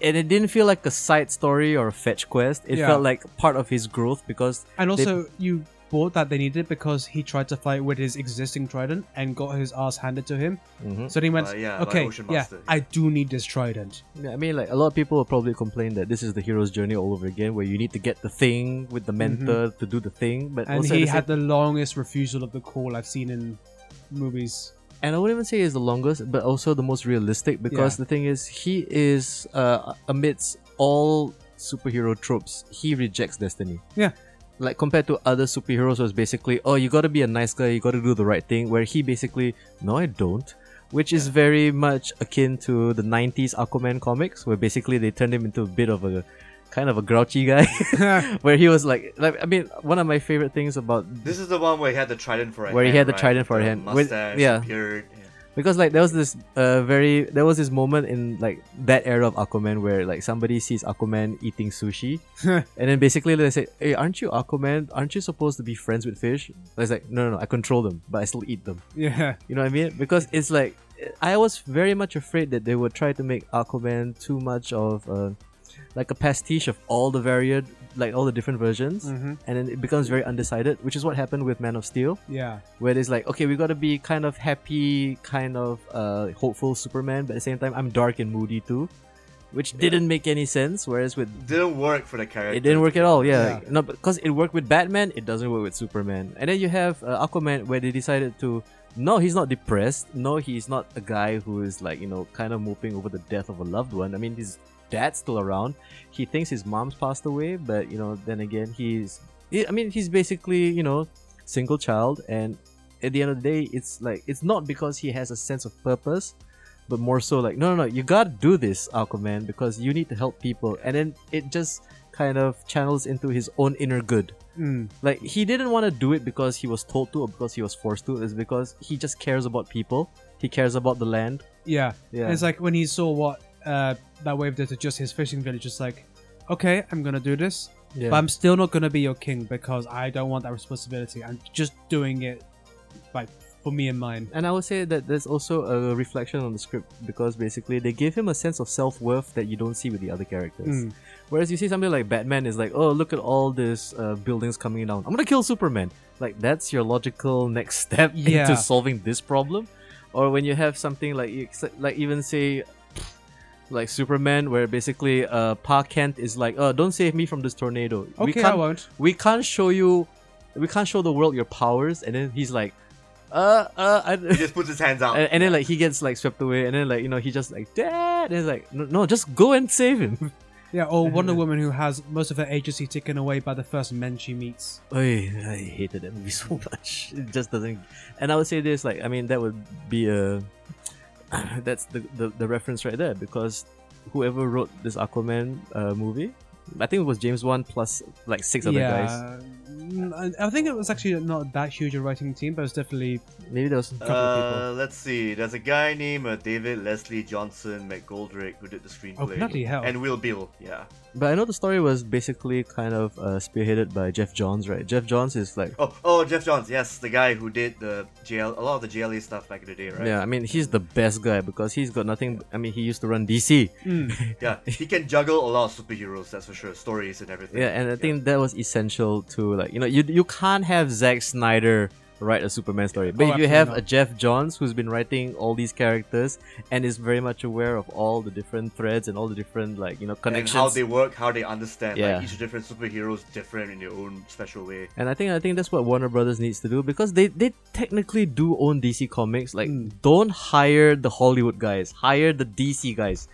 D: And it didn't feel like a side story or a fetch quest. It
C: Yeah.
D: felt like part of his growth because
C: And also, you bought that they needed because he tried to fight with his existing trident and got his ass handed to him.
D: mm-hmm, Hmm.
C: So then he went,
B: Uh, yeah, like
C: okay,
B: Ocean
C: yeah,
B: Master.
C: I do need this trident.
D: Yeah, I mean, like a lot of people will probably complain that this is the hero's journey all over again, where you need to get the thing with the mentor to do the thing. But
C: Mm-hmm. And
D: also at
C: he
D: the same-
C: had the longest refusal of the call I've seen in movies. [LAUGHS]
D: and I wouldn't even say is the longest, but also the most realistic because the thing is, he is uh, amidst all superhero tropes, he rejects destiny.
C: Yeah.
D: Like compared to other superheroes, was basically, oh, you got to be a nice guy, you got to do the right thing. Where he basically, no, I don't. Which is very much akin to the '90s Aquaman comics, where basically they turned him into a bit of a kind of a grouchy guy, [LAUGHS] where he was like, like I mean, one of my favorite things about
B: This is the one where he had the trident for a
D: Where he
B: hand,
D: had the
B: right?
D: trident for a
B: The
D: hand. With-
B: Mustache,
D: yeah.
B: beard. yeah.
D: Because like there was this uh, very there was this moment in like that era of Aquaman where like somebody sees Aquaman eating sushi, and then basically they say, "Hey, aren't you Aquaman? Aren't you supposed to be friends with fish?" I was like, "No, no, no. I control them, but I still eat them."
C: yeah.
D: You know what I mean? Because it's like I was very much afraid that they would try to make Aquaman too much of uh, like a pastiche of all the varied like all the different versions,
C: hmm
D: and then it becomes very undecided, which is what happened with Man of Steel
C: Yeah.
D: where it's like okay we gotta be kind of happy kind of uh, hopeful superman but at the same time i'm dark and moody too which didn't make any sense whereas with
B: Didn't work for the character.
D: it didn't work at all yeah,
C: Yeah.
D: no because it worked with batman it doesn't work with superman and then you have uh, aquaman where they decided to no he's not depressed no he's not a guy who is like you know kind of moping over the death of a loved one i mean his dad's still around he thinks his mom's passed away but you know then again he's I mean, he's basically you know single child, and at the end of the day, it's like it's not because he has a sense of purpose, but more so like no, no, no, you gotta do this, Aquaman, because you need to help people, and then it just kind of channels into his own inner good.
C: Mm.
D: Like he didn't want to do it because he was told to or because he was forced to. It's because he just cares about people. He cares about the land.
C: Yeah.
D: Yeah.
C: It's like when he saw what uh, that wave did to just his fishing village. It's like, okay, I'm gonna do this,
D: yeah.
C: but I'm still not gonna be your king because I don't want that responsibility. I'm just doing it, like for me and mine.
D: And I would say that there's also a reflection on the script because basically they give him a sense of self worth that you don't see with the other characters.
C: Mm.
D: Whereas you see something like Batman is like, oh, look at all these uh, buildings coming down. I'm gonna kill Superman. Like that's your logical next [LAUGHS] step
C: Yeah.
D: into solving this problem. Or when you have something like you- like even say like Superman, where basically uh, Pa Kent is like, oh, don't save me from this tornado. we
C: Okay, I
D: can't
C: won't.
D: we can't show you we can't show the world your powers and then he's like uh uh I,
B: He just puts his hands out.
D: [LAUGHS] and, and then like he gets like swept away and then like you know he just like dad and it's like no, no just go and save him
C: Yeah,
D: [LAUGHS]
C: or Wonder Woman who has most of her agency taken away by the first men she meets.
D: Oy, I hated that movie [LAUGHS] so much it just doesn't and I would say this like I mean that would be a [CLEARS THROAT] that's the, the the reference right there because whoever wrote this Aquaman uh, movie I think it was James Wan plus like six other guys
C: yeah. Mm, I I think it was actually not that huge a writing team, but it's definitely
D: maybe there was a couple of people
B: Uh, let's see. There's a guy named uh, David Leslie Johnson McGoldrick who did the screenplay.
C: Oh, bloody hell.
B: And Will Beal, yeah.
D: But I know the story was basically kind of uh, spearheaded by Jeff Johns, right? Jeff Johns is like,
B: Oh, oh, Jeff Johns, yes, the guy who did the JL, a lot of the JLA stuff back in the day, right?
D: yeah, I mean, he's the best guy because he's got nothing. I mean, he used to run DC, [LAUGHS]
B: Yeah, he can juggle a lot of superheroes, that's for sure. Stories and everything.
D: yeah, and I think that was essential to like, you know, you you can't have Zack Snyder write a Superman story, but
C: Oh,
D: if you have
C: absolutely
D: a Jeff Johns who's been writing all these characters and is very much aware of all the different threads and all the different like you know
B: and
D: connections.
B: how they work, how they understand.
D: Yeah.
B: Like each different superhero is different in their own special way.
D: And I think I think that's what Warner Brothers needs to do because they, they technically do own DC Comics. Like,
B: Hmm.
D: don't hire the Hollywood guys, hire the DC guys.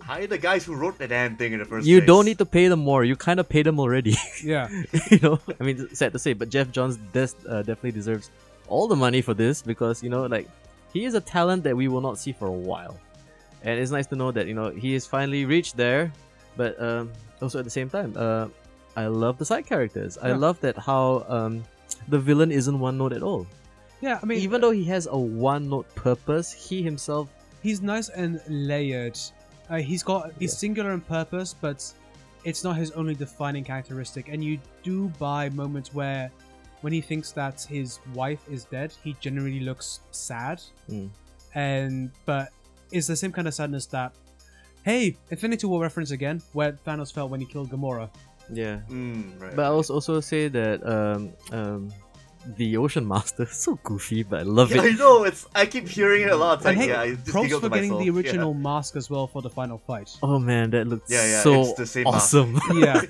B: Hire the guys who wrote the damn thing in the first
D: You
B: place.
D: don't need to pay them more. You kind of pay them already.
C: yeah.
D: [LAUGHS] you know, I mean, sad to say, but Jeff Johns des- uh, definitely deserves all the money for this because you know, like, he is a talent that we will not see for a while, and it's nice to know that you know he is finally reached there. But um, also at the same time, uh, I love the side characters. I
C: Yeah.
D: love that how um, the villain isn't one note at all.
C: Yeah, I mean,
D: Even though he has a one note purpose, he himself
C: he's nice and layered. Uh, he's got he's singular in purpose, but it's not his only defining characteristic. And you do buy moments where, when he thinks that his wife is dead, he generally looks sad.
B: Hmm.
D: Mm.
C: And but it's the same kind of sadness that, hey, Infinity War reference again, where Thanos felt when he killed Gamora.
D: yeah.
B: Mm, right.
D: But I was also say that um, um, the Ocean Master so goofy, but I love
B: Yeah, I
D: it.
B: know, it's, I keep hearing it a lot. It's like,
C: and hey,
B: yeah, I just
C: props
B: giggle
C: for
B: to
C: getting
B: myself.
C: the
B: yeah.
C: original mask as well for the final
B: [LAUGHS]
C: fight.
D: Oh man, that looked
B: Yeah, yeah,
D: so
B: it's the same master. [LAUGHS]
D: awesome. [LAUGHS]
C: yeah,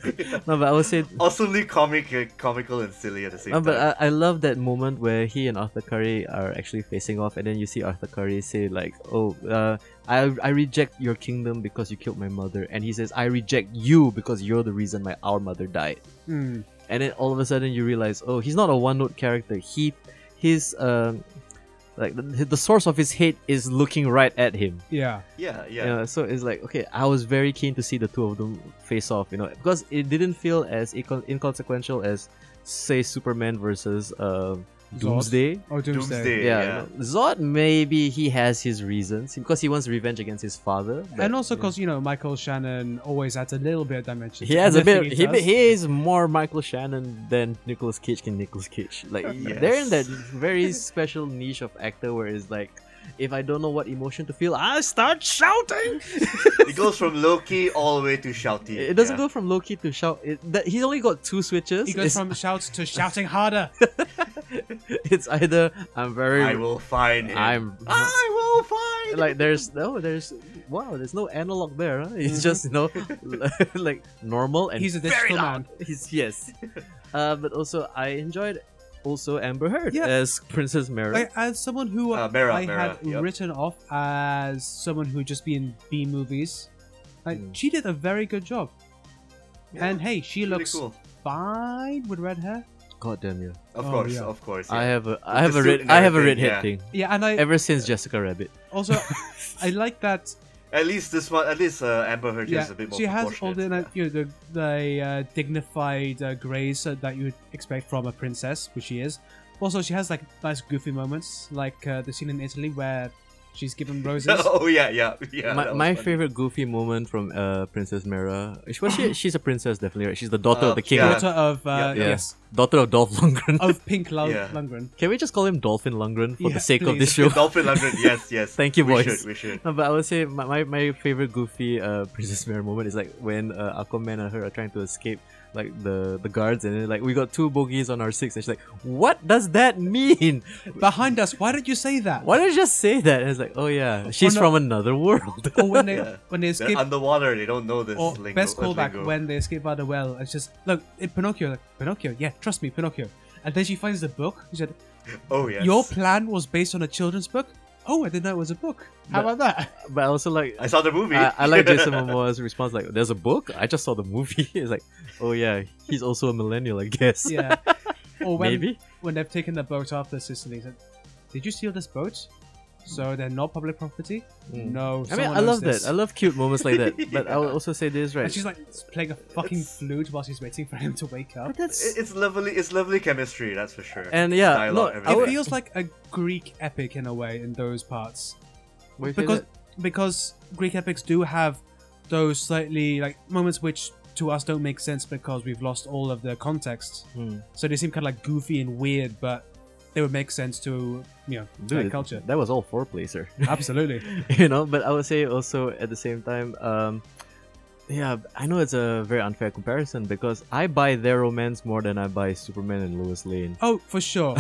D: no, but I would say.
B: Awesomely comic, uh, comical and silly at the same
D: No,
B: time.
D: but I, I love that moment where he and Arthur Curry are actually facing off, and then you see Arthur Curry say like, "Oh, uh, I I reject your kingdom because you killed my mother," and he says, "I reject you because you're the reason my our mother died."
C: Mm.
D: and then all of a sudden you realize oh he's not a one note character he his um like the, the source of his hate is looking right at him
C: yeah,
B: yeah, yeah.
D: uh, you know, so it's like okay i was very keen to see the two of them face off you know because it didn't feel as inco- inconsequential as say superman versus um doomsday
C: or Oh, Doomsday.
B: Doomsday.
D: yeah,
B: yeah.
D: you know, zod maybe he has his reasons because he wants revenge against his father but
C: and also because you know Michael Shannon always adds a little bit of dimension.
D: he
C: to
D: has a bit.
C: everything
D: He,
C: He,
D: he,
C: does.
D: is more Michael Shannon than Nicolas Cage can Nicolas Cage. Like they're in that
B: [LAUGHS] Yes.
D: very special niche of actor where it's like, if I don't know what emotion to feel, I start shouting.
B: It goes from low key all the way to shouty.
D: It doesn't
B: yeah.
D: go from low key to shout. It, that, he's only got two switches.
C: He goes
D: it's,
C: from shouts to shouting harder.
D: [LAUGHS] it's either I'm very,
B: I will find him.
D: I'm
B: I will find
D: like there's no there's wow there's no analog there. Huh? It's just you know [LAUGHS] like normal and
C: Mm-hmm. He's a
D: very
C: digital
D: loud.
C: man.
D: He's yes, uh, but also I enjoyed also Amber Heard
C: Yeah.
D: as Princess Mary.
B: Oh,
C: Like, as someone who
B: Uh, Mera,
C: I
B: Mera,
C: had
B: yep.
C: written off as someone who would just be in B movies, like,
D: Mm.
C: she did a very good job. And hey, she
B: Really
C: looks
B: cool.
C: fine with red hair.
D: God damn you!
B: Of
C: Oh,
B: course,
C: yeah.
B: of course.
D: I
B: yeah.
D: have a
B: the
D: I have a
B: suit
D: red
B: and
D: I have a redhead
B: everything,
D: thing
C: Yeah, and I
D: ever since Jessica Rabbit. [LAUGHS]
C: also I like that.
B: At least this one, at least uh, Amber Heard
C: Yeah,
B: is a bit more
C: she has all the
B: proportionate.
C: like, you know the, the uh, dignified uh, grace uh, that you would expect from a princess, which she is. Also, she has like nice goofy moments, like uh, the scene in Italy where she's
B: [LAUGHS]
C: given roses.
B: oh yeah, yeah, yeah. that
D: my
B: was
D: my
B: funny.
D: favorite goofy moment from uh, Princess Mera. She, well,
B: [LAUGHS]
D: she, she's a princess definitely, right? She's the daughter
B: Uh,
D: of the king,
B: yeah.
D: right?
C: Daughter of uh,
B: Yeah.
D: Yeah.
C: yes,
D: daughter of Dolph Lundgren.
C: of Pink Love
B: Yeah.
C: Lundgren.
D: [LAUGHS] Can we just call him Dolphin Lundgren for
C: Yeah,
D: the sake of this
C: please. [LAUGHS]
D: show?
B: Dolphin Lundgren, yes, yes.
D: [LAUGHS] Thank you,
B: we
D: boys.
B: Should, we should.
D: No, but I would say my, my, my favorite goofy uh, Princess Mary moment is like when uh, Aquaman and her are trying to escape like the, the guards and then like we got two bogeys on our six and she's like, What does that mean? [LAUGHS]
C: Behind us, why did you say that?
D: Why don't you just say that? And it's like, Oh yeah, she's
C: no-
D: from another world.
C: Or when
B: [LAUGHS]
C: they
B: Yeah.
C: when they
B: They're
C: escape
B: underwater. They don't know this.
C: Or
B: lingo,
C: best
B: uh,
C: callback
B: lingo.
C: when they escape out of the well. It's just look, it, Pinocchio, like, Pinocchio. Yeah, trust me, Pinocchio. And then she finds the book. She said,
B: Oh yes.
C: "Your plan was based on a children's book." Oh, I didn't know it was a book. [LAUGHS] How
D: But-
C: about that?
D: [LAUGHS] but I also like
C: [LAUGHS]
B: I saw the movie.
D: I, I like
B: [LAUGHS]
D: Jason Momoa's response like, There's a book? I just saw the movie. [LAUGHS] it's like, Oh yeah, he's also a millennial, I [LAUGHS] guess.
C: yeah. [LAUGHS] Or when
D: Maybe.
C: when they've taken the boat off the Sicily, said, "Did you steal this boat?" So they're not public property.
D: Mm.
C: No.
D: I mean,
C: someone
D: I
C: owns
D: love
C: this.
D: that. I love cute moments like that. [LAUGHS] But I will also say this, right?
C: and she's like playing a fucking
B: It's-
C: flute while she's waiting for him to wake up.
D: But that's
B: It- It's lovely. It's lovely chemistry. That's for sure.
D: and yeah,
B: Dialogue,
D: no, I
B: everything.
C: It
D: would-
C: feels like a Greek epic in a way in those parts.
D: Wait, say
C: because
D: that.
C: because Greek epics do have those slightly like moments which to us don't make sense because we've lost all of the context.
D: Hmm.
C: So they seem kind of like goofy and weird, but they would make sense to you know
D: Dude,
C: that culture.
D: That was all foreplay, sir.
C: Absolutely.
D: [LAUGHS] you know, but I would say also at the same time, um, yeah, I know it's a very unfair comparison because I buy their romance more than I buy Superman and Lois Lane.
C: Oh, for sure.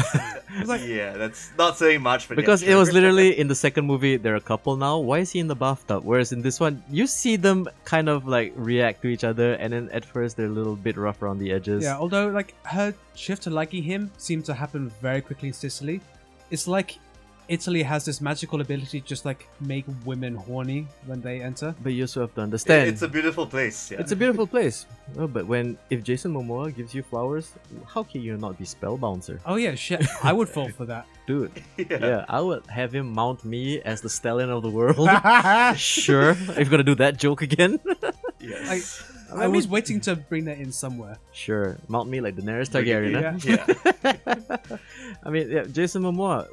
C: It's like,
B: yeah, that's not saying much, but yeah,
D: Because it
B: sure.
D: was
B: [LAUGHS]
D: literally in the second movie, they're a couple now. Why is he in the bathtub? Whereas in this one, you see them kind of like react to each other, and then at first they're a little bit rough around the edges.
C: yeah. Although like her shift to liking him seemed to happen very quickly in Sicily. It's like Italy has this magical ability to just like make women horny when they enter.
D: But you also have to
B: It-
D: understand.
B: it's a beautiful place. Yeah.
D: It's a beautiful place. Oh, but when if Jason Momoa gives you flowers, how can you not be spellbound, sir?
C: Oh yeah, shit. I would fall for that. [LAUGHS]
D: Dude,
B: [LAUGHS] yeah.
D: yeah, I would have him mount me as the stallion of the
C: [LAUGHS]
D: world. sure, if you're gonna do that joke again.
B: Yes.
C: I, was waiting to bring that in somewhere.
D: Sure, mount me like Daenerys Targaryen.
C: Yeah.
D: huh?
B: yeah.
D: [LAUGHS] I mean, yeah, Jason Momoa.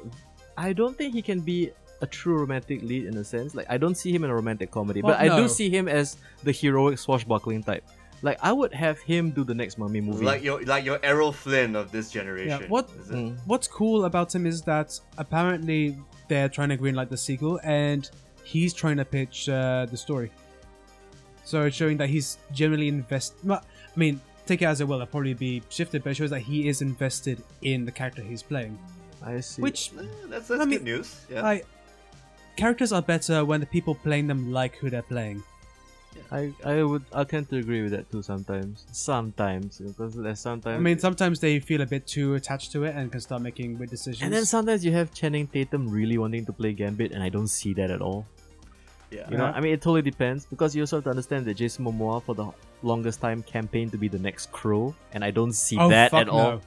D: I don't think he can be a true romantic lead in a sense. Like, I don't see him in a romantic comedy,
C: Well,
D: but I
C: no.
D: do see him as the heroic swashbuckling type. Like, I would have him do the next Mummy [LAUGHS] movie.
B: Like your like your Errol Flynn of this generation.
C: what-
B: is it?
D: Mm.
C: What's cool about him is that apparently they're trying to greenlight the sequel, and he's trying to pitch uh, the story. So it's showing that he's generally invested. I mean, take it as it will, it'll probably be shifted, but it shows that he is invested in the character he's playing.
D: I see.
C: Which,
B: Eh, That's, that's
C: I
B: good
C: mean,
B: news. Yeah.
C: like, characters are better when the people playing them like who they're playing.
D: I, I would I tend to agree with that too sometimes. Sometimes because there's sometimes
C: I mean, sometimes they feel a bit too attached to it and can start making weird decisions.
D: and then sometimes you have Channing Tatum really wanting to play Gambit and I don't see that at all.
B: yeah.
D: You know,
C: Yeah.
D: I mean it totally depends because you also have to understand that Jason Momoa for the longest time campaigned to be the next Crow and I don't see
C: oh,
D: that
C: fuck
D: at all.
C: no.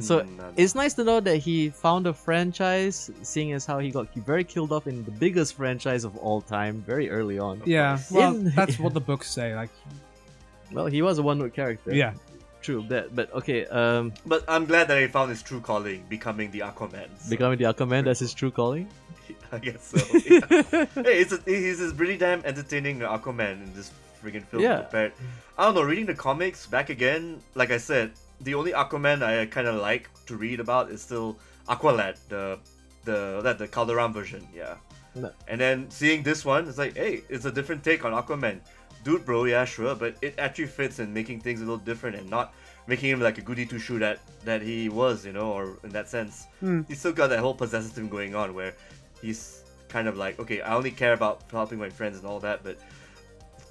D: So
B: Mm, no,
D: it's nice to know that he found a franchise, seeing as how he got very killed off in the biggest franchise of all time very early on.
C: Yeah,
B: course.
C: well,
D: In-
C: that's what the books say. Like,
D: Well, he was a one-note character.
C: yeah,
D: true that. But okay, um,
B: But I'm glad that he found his true calling, becoming the Aquaman. So,
D: becoming the Aquaman. That's his true
C: [LAUGHS]
D: calling.
B: [LAUGHS] I guess
D: [LAUGHS]
B: so. yeah. [LAUGHS] hey, it's a, he's a pretty damn entertaining Aquaman in this friggin' film.
D: Yeah.
B: Compared, I don't know. Reading the comics back again, like I said, the only Aquaman I kind of like to read about is still Aqualad, the the that the Calderon version. Yeah.
D: No.
B: And then seeing this one, it's like, hey, it's a different take on Aquaman. Dude, bro, yeah, sure, but it actually fits in making things a little different and not making him like a goody two shoe that, that he was, you know, or in that sense.
C: Hmm.
B: He's still got that whole possessive thing going on where he's kind of like, okay, I only care about helping my friends and all that, but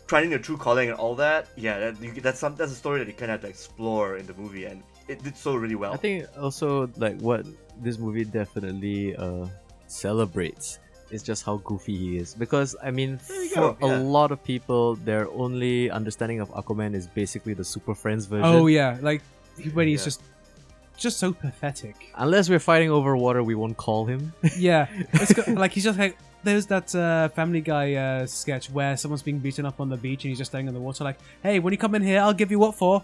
B: finding your true calling and all that, yeah, that, you, that's some, that's a story that you kind of have to explore in the movie, and it did so really well.
D: I think also like what this movie definitely uh, celebrates is just how goofy he is. Because I mean,
B: There you
D: for
B: go,
D: a
B: yeah.
D: lot of people, their only understanding of Aquaman is basically the Super Friends version.
C: Oh yeah, like he- when he's
B: Yeah.
C: just just so
D: [LAUGHS]
C: pathetic.
D: Unless we're fighting over water, we won't call him. [LAUGHS]
C: yeah, it's got, like he's just like there's that uh, Family Guy uh, sketch where someone's being beaten up on the beach and he's just staying in the water. Like, hey, when you come in here, I'll give you what for.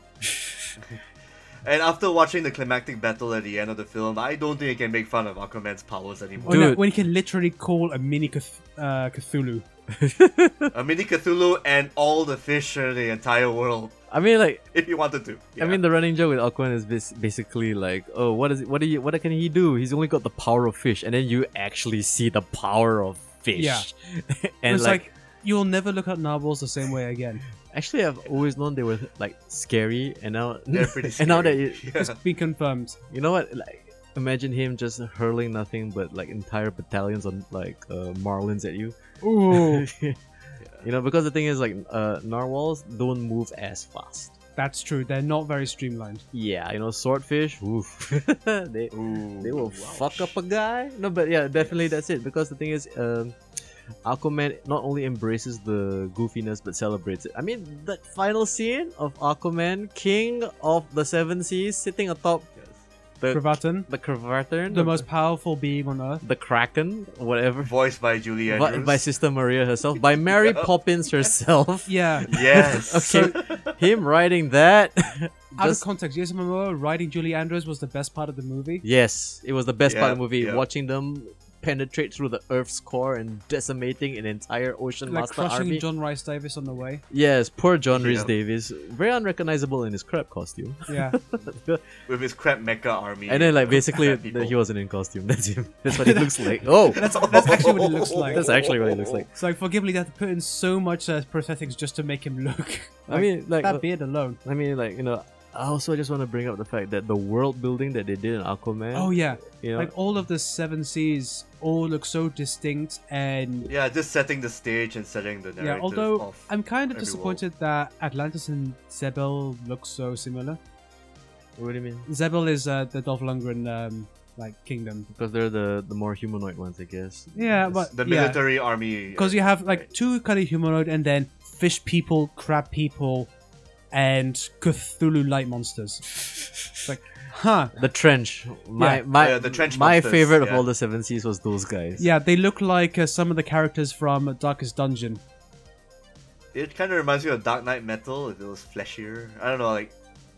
B: And after watching the climactic battle at the end of the film, I don't think I can make fun of Aquaman's powers anymore.
C: Or no,
D: Dude.
C: when he can literally call a mini Cth- uh, Cthulhu.
B: a mini Cthulhu and all the fish in the entire world,
D: I mean, like,
B: [LAUGHS] if you wanted to. Yeah.
D: I mean, the running joke with Aquaman is bas- basically like, oh, what is, what do you, what can he do? He's only got the power of fish, and then you actually see the power of fish.
C: Yeah.
D: [LAUGHS] [LAUGHS] and
C: it's
D: like,
C: like, you'll never look at narwhals the same way
D: [LAUGHS]
C: again.
D: actually, I've always known they were like scary, and now,
B: they're pretty. Scary.
D: and now that you,
B: yeah. [LAUGHS]
C: Be confirmed.
D: you know what, like, imagine him just hurling nothing but like entire battalions on like uh, marlins at you.
C: Ooh,
D: [LAUGHS] You know, because the thing is, like, uh, narwhals don't move as fast.
C: that's true. They're not very streamlined.
D: Yeah, you know, swordfish, oof, [LAUGHS] they
B: Ooh,
D: they will
B: ouch.
D: fuck up a guy. No, but yeah, definitely that's it. Because the thing is, um, Aquaman not only embraces the goofiness but celebrates it. I mean, that final scene of Aquaman, king of the seven seas, sitting atop
B: Yes.
D: the
C: Gravatin,
D: the Kravatern,
C: the most powerful being on earth.
D: the Kraken,
C: [LAUGHS]
D: whatever, [LAUGHS]
B: Voiced by Julie
D: by,
B: Andrews.
D: by Sister Maria herself, by Mary
B: Yeah.
D: Poppins
C: [LAUGHS]
D: herself.
C: Yeah.
B: yes.
D: [LAUGHS] Okay, him writing that.
C: Out of
D: [LAUGHS] just-
C: context, Jason Momoa riding Julie Andrews was the best part of the movie.
D: Yes, it was the best part of
B: Yeah,
D: the movie.
B: yeah.
D: Watching them penetrate through the Earth's core and decimating an entire ocean
C: like
D: master
C: crushing
D: army.
C: John Rice Davis on the
D: [LAUGHS]
C: way.
D: yes, poor John Rhys
B: Yeah.
D: Davies, very unrecognizable in his crab costume.
C: Yeah,
B: [LAUGHS] With his crab mecha army.
D: and then, like,
B: [LAUGHS]
D: basically,
B: crab people.
D: th- he wasn't in costume. [LAUGHS] That's him. That's what he looks like. Oh,
C: that's, that's actually what it looks
B: [LAUGHS]
C: like.
D: that's actually what he looks like.
C: It's like for Ghibli, they have to put in so much uh, prosthetics just to make him look.
D: I
C: [LAUGHS]
D: mean, [LAUGHS] like,
C: that
D: uh,
C: beard alone.
D: I mean, like, you know. Also, I just want to bring up the fact that the world building that they did in Aquaman.
C: Oh yeah,
D: you know,
C: like all of the seven seas all look so distinct and
B: Yeah, just setting the stage and setting the narrative.
C: yeah. Although
B: of-
C: I'm kind of
B: every
C: disappointed that Atlantis and Zebel look so similar.
D: what do you mean?
C: Zebel is uh, the Dolph Lundgren um, like kingdom.
D: Because they're the the more humanoid ones, I guess.
C: Yeah,
D: Just-
C: but
B: the
C: yeah.
B: military army.
C: because you have like two kind of humanoid and then fish people, crab people, and Cthulhu light monsters. It's like, [LAUGHS] huh?
D: The trench. My
C: Yeah.
D: my
B: Yeah, the trench
D: my
B: monsters,
D: favorite of
B: yeah.
D: all the seven seas was those guys.
C: Yeah, they look like uh, some of the characters from Darkest Dungeon.
B: It kind of reminds me of Dark Knight Metal if it was fleshier. I don't know, like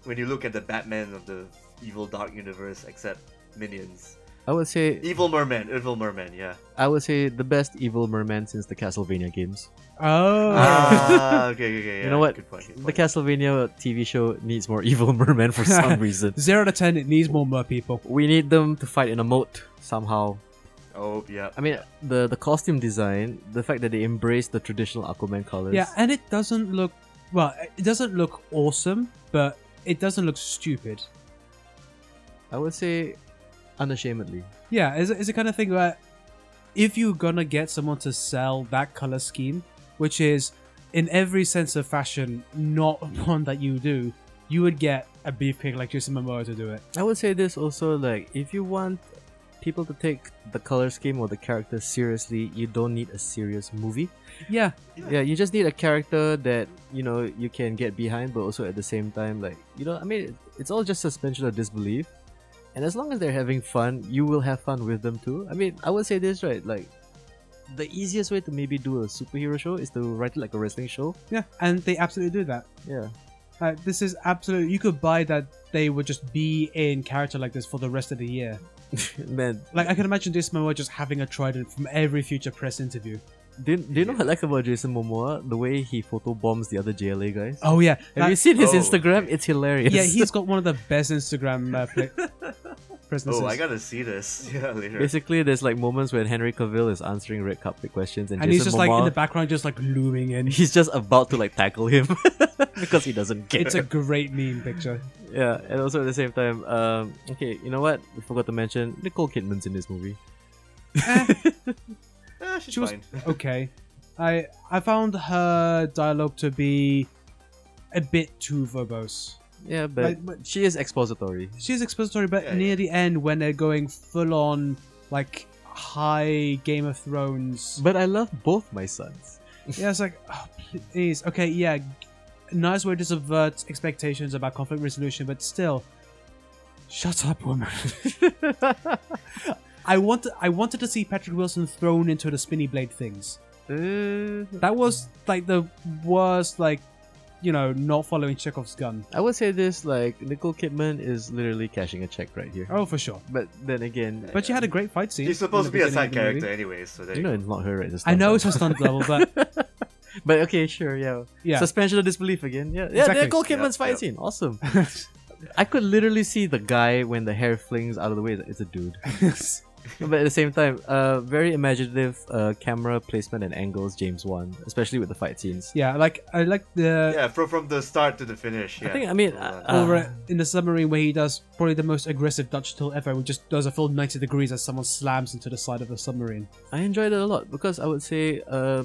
B: when you look at the Batman of the evil dark universe, except minions.
D: I would say
B: Evil merman, evil merman, yeah.
D: I would say the best evil merman since the Castlevania games.
C: Oh,
B: Ah, okay, okay,
D: [LAUGHS]
B: okay.
D: you know what?
B: Good point. Good
D: The
B: point.
D: Castlevania TV show needs more [LAUGHS] evil merman for some reason.
C: [LAUGHS] zero to ten. It needs more mer people.
D: We need them to fight in a moat somehow.
B: oh, yeah.
D: I mean the the costume design, the fact that they embrace the traditional Aquaman colors.
C: Yeah, and it doesn't look well. It doesn't look awesome, but it doesn't look stupid.
D: I would say unashamedly.
C: Yeah, it's, it's the kind of thing where if you're gonna get someone to sell that color scheme, which is in every sense of fashion not [LAUGHS] one that you do, you would get a beefcake like Jason Momoa to do it.
D: I would say this also like if you want people to take the color scheme or the character seriously, you don't need a serious movie.
C: Yeah,
D: yeah you just need a character that you know you can get behind but also at the same time like you know i mean it's all just suspension of disbelief and as long as they're having fun you will have fun with them too i mean i would say this right like the easiest way to maybe do a superhero show is to write it like a wrestling show
C: yeah, and they absolutely do that.
D: yeah
C: Uh, this is absolutely. You could buy that they would just be in character like this for the rest of the year.
D: [LAUGHS] man
C: Like I can imagine Jason Momoa just having a trident from every future press interview.
D: do, do you know what i like about jason momoa the way he photobombs the other jla guys
C: Oh yeah,
D: have you
C: that-
D: seen his
B: Oh,
D: instagram
B: okay.
D: it's hilarious
C: yeah, he's [LAUGHS] got one of the best Instagram uh, pla- presences.
B: Oh, I gotta see this. [LAUGHS] Yeah, later.
D: [LAUGHS] Basically, there's like moments when Henry Cavill is answering red carpet questions, and,
C: and he's
D: Jason
C: just like in
D: Momoa-
C: the background, just like looming
D: [LAUGHS]
C: in.
D: he's just about to like tackle him [LAUGHS] because he doesn't
C: [LAUGHS]
D: care.
C: It's a great meme picture.
D: yeah, and also at the same time, um, okay, you know what? We forgot to mention Nicole Kidman's in this movie.
B: Ah, she's
C: she was-
B: fine.
C: Okay, I I found her dialogue to be a bit too verbose.
D: Yeah, but,
C: Like, but-
D: she is expository.
C: She's expository, but
B: Yeah,
C: near the end when they're going full on like high Game of Thrones.
D: But I love both my
C: [LAUGHS]
D: sons.
C: yeah, it's like, oh, please. Okay, yeah. g- Nice way to subvert expectations about conflict resolution, but still, shut up, woman. Uh, I want. I wanted to see Patrick Wilson thrown into the spinny blade things.
D: Uh,
C: That was like the worst. Like, you know, not following Chekhov's gun.
D: I would say this like Nicole Kidman is literally cashing a check right here.
C: Oh, for sure.
D: But then again,
C: But she had a great fight scene.
B: She's supposed to
C: in
B: be
C: the
B: a
C: beginning
B: side
C: of the movie.
B: character, anyways. So there
D: you
B: you
D: know
B: go.
D: it's not her, right? It's
C: I know
D: not [LAUGHS]
C: it's a stunt double,
B: [LAUGHS]
C: but
D: But okay, sure, yeah.
C: yeah.
D: Suspension of disbelief again. Yeah, yeah.
C: Exactly.
D: Nicole Kidman's
B: Yep,
D: fight
B: yep.
D: scene, awesome. I could literally see the guy when the hair flings out of the way. it's like, It's a dude. but at the same time, uh, very imaginative uh, camera placement and angles. James Wan, especially with the fight scenes.
C: [LAUGHS] yeah, like I like the
B: Yeah, from from the start to the finish. Yeah.
D: uh, I think I mean
B: Uh,
D: uh,
C: over in the submarine where he does probably the most aggressive Dutch tilt ever, which just does a full 90 degrees as someone slams into the side of the submarine.
D: I enjoyed it a lot because I would say uh,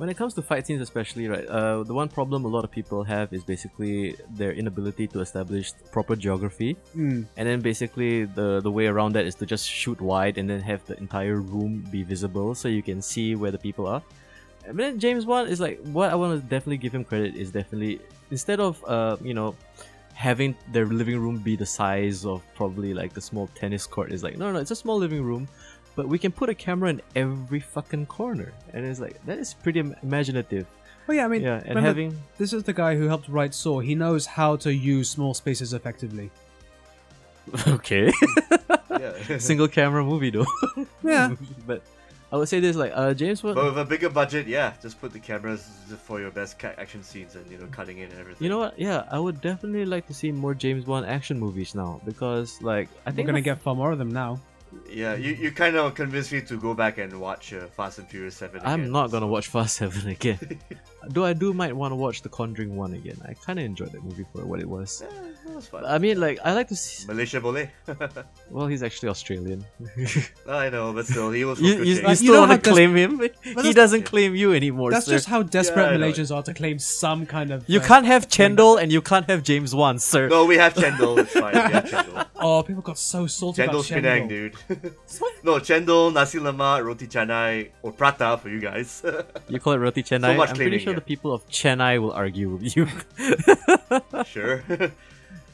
D: when it comes to fight scenes, especially right, uh, the one problem a lot of people have is basically their inability to establish proper geography,
C: Hmm.
D: and then basically the the way around that is to just shoot wide and then have the entire room be visible so you can see where the people are. I mean, James Wan is like what I want to definitely give him credit is definitely instead of uh, you know having their living room be the size of probably like the small tennis court is like no no it's a small living room but we can put a camera in every fucking corner and it's like that is pretty im- imaginative
C: Well, yeah, I mean,
D: yeah and
C: remember,
D: having
C: this is the guy who helped write Saw. He knows how to use small spaces effectively.
D: okay
B: uh,
D: [LAUGHS]
B: yeah.
D: single camera movie though
C: Yeah.
D: [LAUGHS] but I would say this like uh James Wan
B: [LAUGHS] But with a bigger budget, yeah, just put the cameras for your best ca- action scenes and you know cutting in and everything.
D: You know what? Yeah, I would definitely like to see more James Bond action movies now because, like, I
C: We're
D: think
C: going to
D: the-
C: get far more of them now.
B: Yeah, you, you kind of convinced me to go back and watch uh, Fast and Furious Seven.
D: I'm
B: again,
D: not
B: so-
D: gonna watch Fast [LAUGHS] Seven again. Though I do might want to watch The Conjuring One again. I kind of enjoyed that movie for what it was.
B: Yeah, that was fun.
D: I mean, like, I like to see.
B: Malaysia Boleh.
D: Well, he's actually Australian.
B: [LAUGHS] I know, but still, he was.
D: [LAUGHS]
B: from
D: You,
B: good
D: you,
B: days.
D: you
C: Like, you
D: still
C: know
D: want to
C: how des-
D: claim [LAUGHS] him? He
C: that's-
D: doesn't claim you anymore.
C: That's
D: sir.
C: just how desperate
B: Yeah, I know.
C: Malaysians are to claim some kind of.
D: You
C: uh,
D: can't have Chendol and you can't have James Wan, sir.
B: No, we have Chendol. It's fine. We have Chendol.
C: Oh, people got so salty
B: Chendol's
C: about
B: Penang,
C: Chendol.
D: [LAUGHS]
B: dude. no, Chendol, nasi lemak, roti canai, or prata for you guys. [LAUGHS]
D: You call it Roti Chennai.
B: much
D: I'm pretty
B: claiming,
D: sure
B: yeah.
D: the people of Chennai will argue with [LAUGHS] you. [LAUGHS]
B: sure.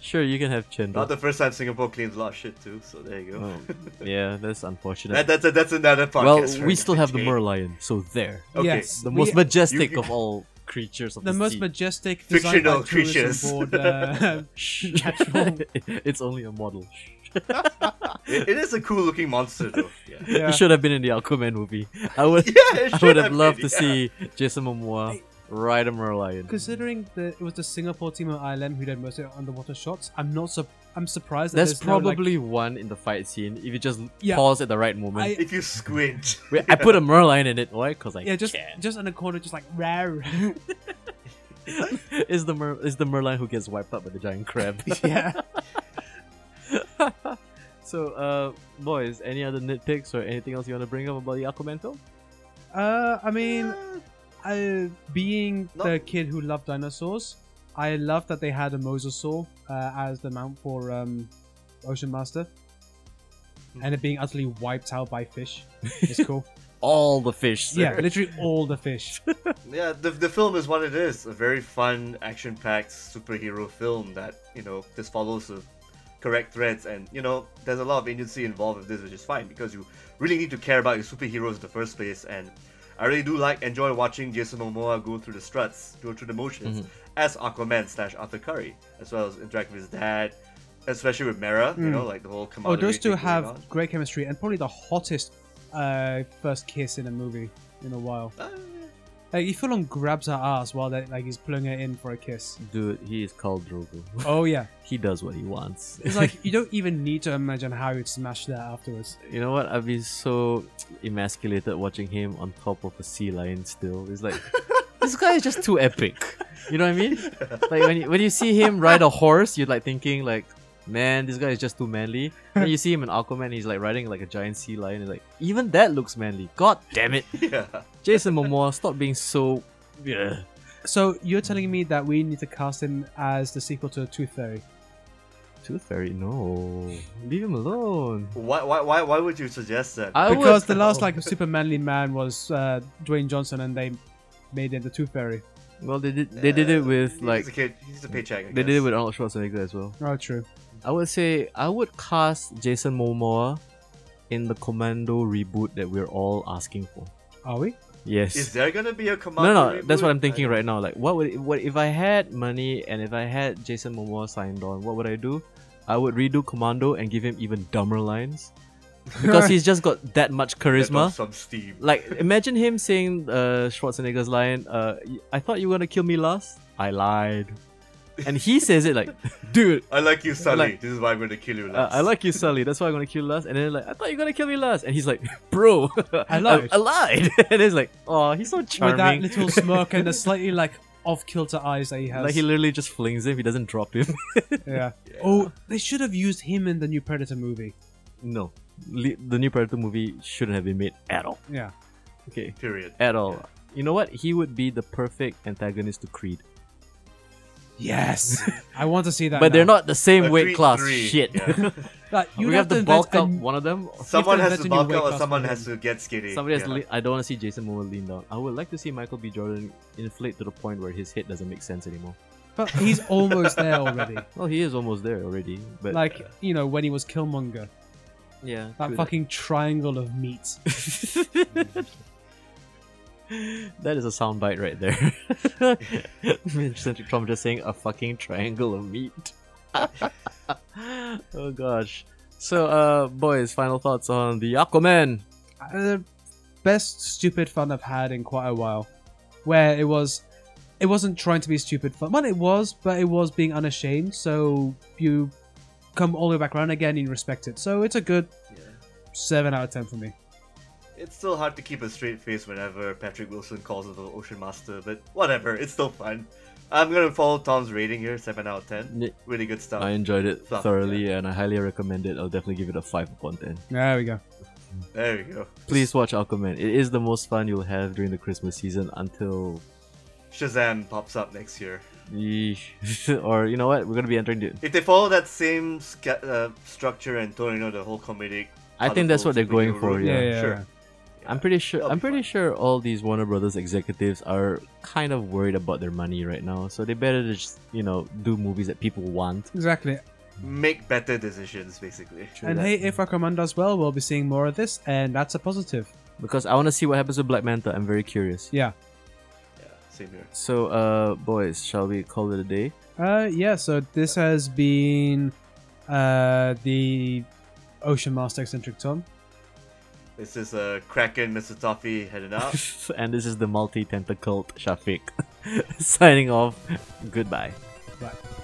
D: sure, you can have Chendol.
B: not the first time Singapore claims a lot of shit too. So there you go.
D: Oh, yeah, that's unfortunate.
B: That, that's a, that's another podcast.
D: well,
B: for
D: we still have the
B: another day.
D: Merlion, so there.
B: Okay.
C: Yes.
D: The
C: we-
D: most majestic
B: you-
D: of all creatures of
C: the
D: the
C: most
D: [LAUGHS] sea.
C: majestic designed by
B: Fictional
C: tourism
B: creatures. [LAUGHS]
C: board, uh, Catchall.
D: it's only a model.
B: It, it is a cool looking
D: [LAUGHS]
B: monster though. Yeah. [LAUGHS] yeah,
C: yeah.
D: It should have been in the Aquaman movie. I would,
B: [LAUGHS] it
D: I
B: should
D: would have loved
B: been,
D: to
B: yeah.
D: see Jason Momoa ride a Merlion.
C: Considering that it was the Singapore team at ILM who did most of the underwater shots, I'm not su- I'm surprised. That
D: There's
C: there's no, like-
D: probably one in the fight scene if you just
C: Yeah.
D: pause at the right moment.
C: I-
B: If
D: [LAUGHS]
B: you squint.
D: Wait, I put a Merlion in it. Why? Because I [LAUGHS]
C: yeah, just
D: can.
C: just in the corner, just like rare.
D: Is the Mer- is the Merlion who gets wiped up by the giant
C: [LAUGHS]
D: crab?
C: [LAUGHS]
D: [LAUGHS]
C: yeah.
D: so, uh, boys, any other nitpicks or anything else you want to bring up about the Aquaman film?
C: Uh, I mean, I, being
B: No.
C: the kid who loved dinosaurs, I love that they had a mosasaur uh, as the mount for um, Ocean Master, and it being utterly wiped out by fish. It's cool.
D: All the fish. Sir.
C: yeah, literally all the fish.
B: Yeah, the, the film is what it is. A very fun, action packed superhero film that, you know, just follows the correct threads. And, you know, there's a lot of agency involved with this, which is fine because you really need to care about your superheroes in the first place. And I really do like, enjoy watching Jason Momoa go through the struts, go through the motions as Aquaman slash Arthur Curry, as well as interacting with his dad, especially with Mera, you know, like the whole
C: Oh,
B: camaraderie
C: those two
B: thing going
C: have
B: on. [LAUGHS]
C: great chemistry and probably the hottest uh, first kiss in a movie in a while.
B: Ah,
C: Like, he full on grabs her ass while they, like he's pulling her in for a kiss.
D: Dude, he is called Drogo. [LAUGHS]
C: Oh yeah,
D: he does what he wants.
C: it's like you don't even need to imagine how you'd smash that afterwards.
D: [LAUGHS] You know what? I've been so emasculated watching him on top of a sea lion still. It's like, this guy is just too epic. You know what I [LAUGHS] mean? Like, when you, when you see him ride a horse, you're like thinking, like, man, this guy is just too manly. And you see him in Aquaman, he's like riding like a giant sea lion. And like, even that looks manly. God damn it.
B: yeah.
D: Jason Momoa, stop being so. Yeah.
C: So you're telling me that we need to cast him as the sequel to Tooth Fairy?
D: Tooth Fairy, no. Leave him alone.
B: Why, why, why, why would you suggest that?
D: I
C: because the
D: would-
C: last like super manly man was uh, Dwayne Johnson, and they made him the Tooth Fairy.
D: Well, they did. They did it
B: Uh,
D: with
B: he
D: like.
B: needs a, kid, he needs a paycheck. I
D: They did it
B: guess.
D: with Arnold Schwarzenegger as well.
C: Oh, true.
D: I would say I would cast Jason Momoa in the Commando reboot that we're all asking for.
C: Are we?
D: Yes.
B: Is there gonna be a
D: no,
B: command?
D: no, that's what I'm thinking right now. Like, what would what if I had money and if I had Jason Momoa signed on? What would I do? I would redo Commando and give him even dumber
B: [LAUGHS]
D: lines because he's just got that much charisma.
B: Some steam.
D: Like, imagine him saying uh, Schwarzenegger's line, uh, y- "I thought you were gonna kill me last. I lied," and he says it like, [LAUGHS] "Dude,
B: I like you, Sully.
D: Like-
B: this is why I'm gonna kill you.
D: uh,
B: Last.
D: I like you, Sully. That's why I'm gonna kill last." And then like, "I thought you were gonna kill me last," and he's like, "Bro,
C: I lied."
D: [LAUGHS] I, lied." [LAUGHS] and it's like, "Oh, he's so
C: With that
D: charming." [LAUGHS]
C: little smirk and the slightly like off kilter eyes that he has.
D: Like he literally just flings him. He doesn't drop him. [LAUGHS]
C: yeah. Oh, they should have used him in the new Predator movie.
D: no, Le- the new Predator movie shouldn't have been made at all.
C: Yeah.
D: Okay,
B: Period.
D: at all. You know what? He would be the perfect antagonist to Creed,
C: Yes. [LAUGHS] I want to see that.
D: but they're
C: now.
D: not the same
B: Uh,
D: weight
B: Creed
D: class.
B: three,
D: Shit. [LAUGHS]
B: yeah.
C: Like, you
D: we have to
C: invent
D: bulk
C: a
D: up one of them.
B: Someone
C: You've
B: has
C: got
B: to
C: a new
B: bulk
C: weight
B: out, or
C: class
B: someone
C: for
B: has to get skinny.
D: Somebody has.
B: yeah.
D: Le- I don't want to see Jason Momoa lean down. I would like to see Michael B. Jordan inflate to the point where his head doesn't make sense anymore.
C: But he's almost there already.
D: [LAUGHS] Well, he is almost there already, but
C: Like you know when he was Killmonger,
D: yeah,
C: that
D: true
C: fucking triangle of meat.
D: [LAUGHS]
B: [LAUGHS]
D: that is a soundbite right [LAUGHS] there. Centric Trump just saying a fucking triangle of meat. [LAUGHS] oh gosh. So, uh, boys, final thoughts on the Aquaman.
C: Uh, the best stupid fun I've had in quite a while. Where it was, it wasn't trying to be stupid fun. Well, it was, but it was being unashamed. So you come all the way back around again and you respect it. So it's a good seven out of ten for me.
B: It's still hard to keep a straight face whenever Patrick Wilson calls him the Ocean Master, but whatever, it's still fun. I'm gonna follow Tom's rating here, 7 out of 10.
D: Ni-
B: Really good stuff.
D: I enjoyed it
B: Fluff,
D: thoroughly, and I highly recommend it. I'll definitely give it a five upon ten.
C: There we go.
B: There we go.
D: Please watch Aquaman. It is the most fun you'll have during the Christmas season until,
B: Shazam pops up next year.
D: Yeesh. [LAUGHS] or you know what, we're gonna be entering the
B: If they follow that same sca- uh, structure and tone, you know, the whole comedic.
D: I think that's what they're
B: colourful
D: going for,
B: superhero
C: Yeah,
B: route,
C: yeah. yeah.
B: sure.
D: I'm pretty sure.
B: That'll
D: I'm
B: be
D: pretty
B: fun.
D: sure all these Warner Brothers executives are kind of worried about their money right now, so they better just you know do movies that people want.
C: Exactly.
B: Make better decisions, basically.
D: True
C: and
D: that.
C: hey, if Aquaman does well, we'll be seeing more of this, and that's a positive.
D: Because I want to see what happens with Black Manta. I'm very curious.
C: Yeah.
B: Yeah, same here.
D: So, uh, boys, shall we call it a day? [LAUGHS]
C: Uh, yeah. So this has been, uh, the Ocean Master eccentric Tom.
B: This is uh, Kraken, Mr. Toffee heading
D: [LAUGHS]
B: out.
D: and [LAUGHS] this is the multi tentacled Shafiq signing off. Goodbye.
C: Right.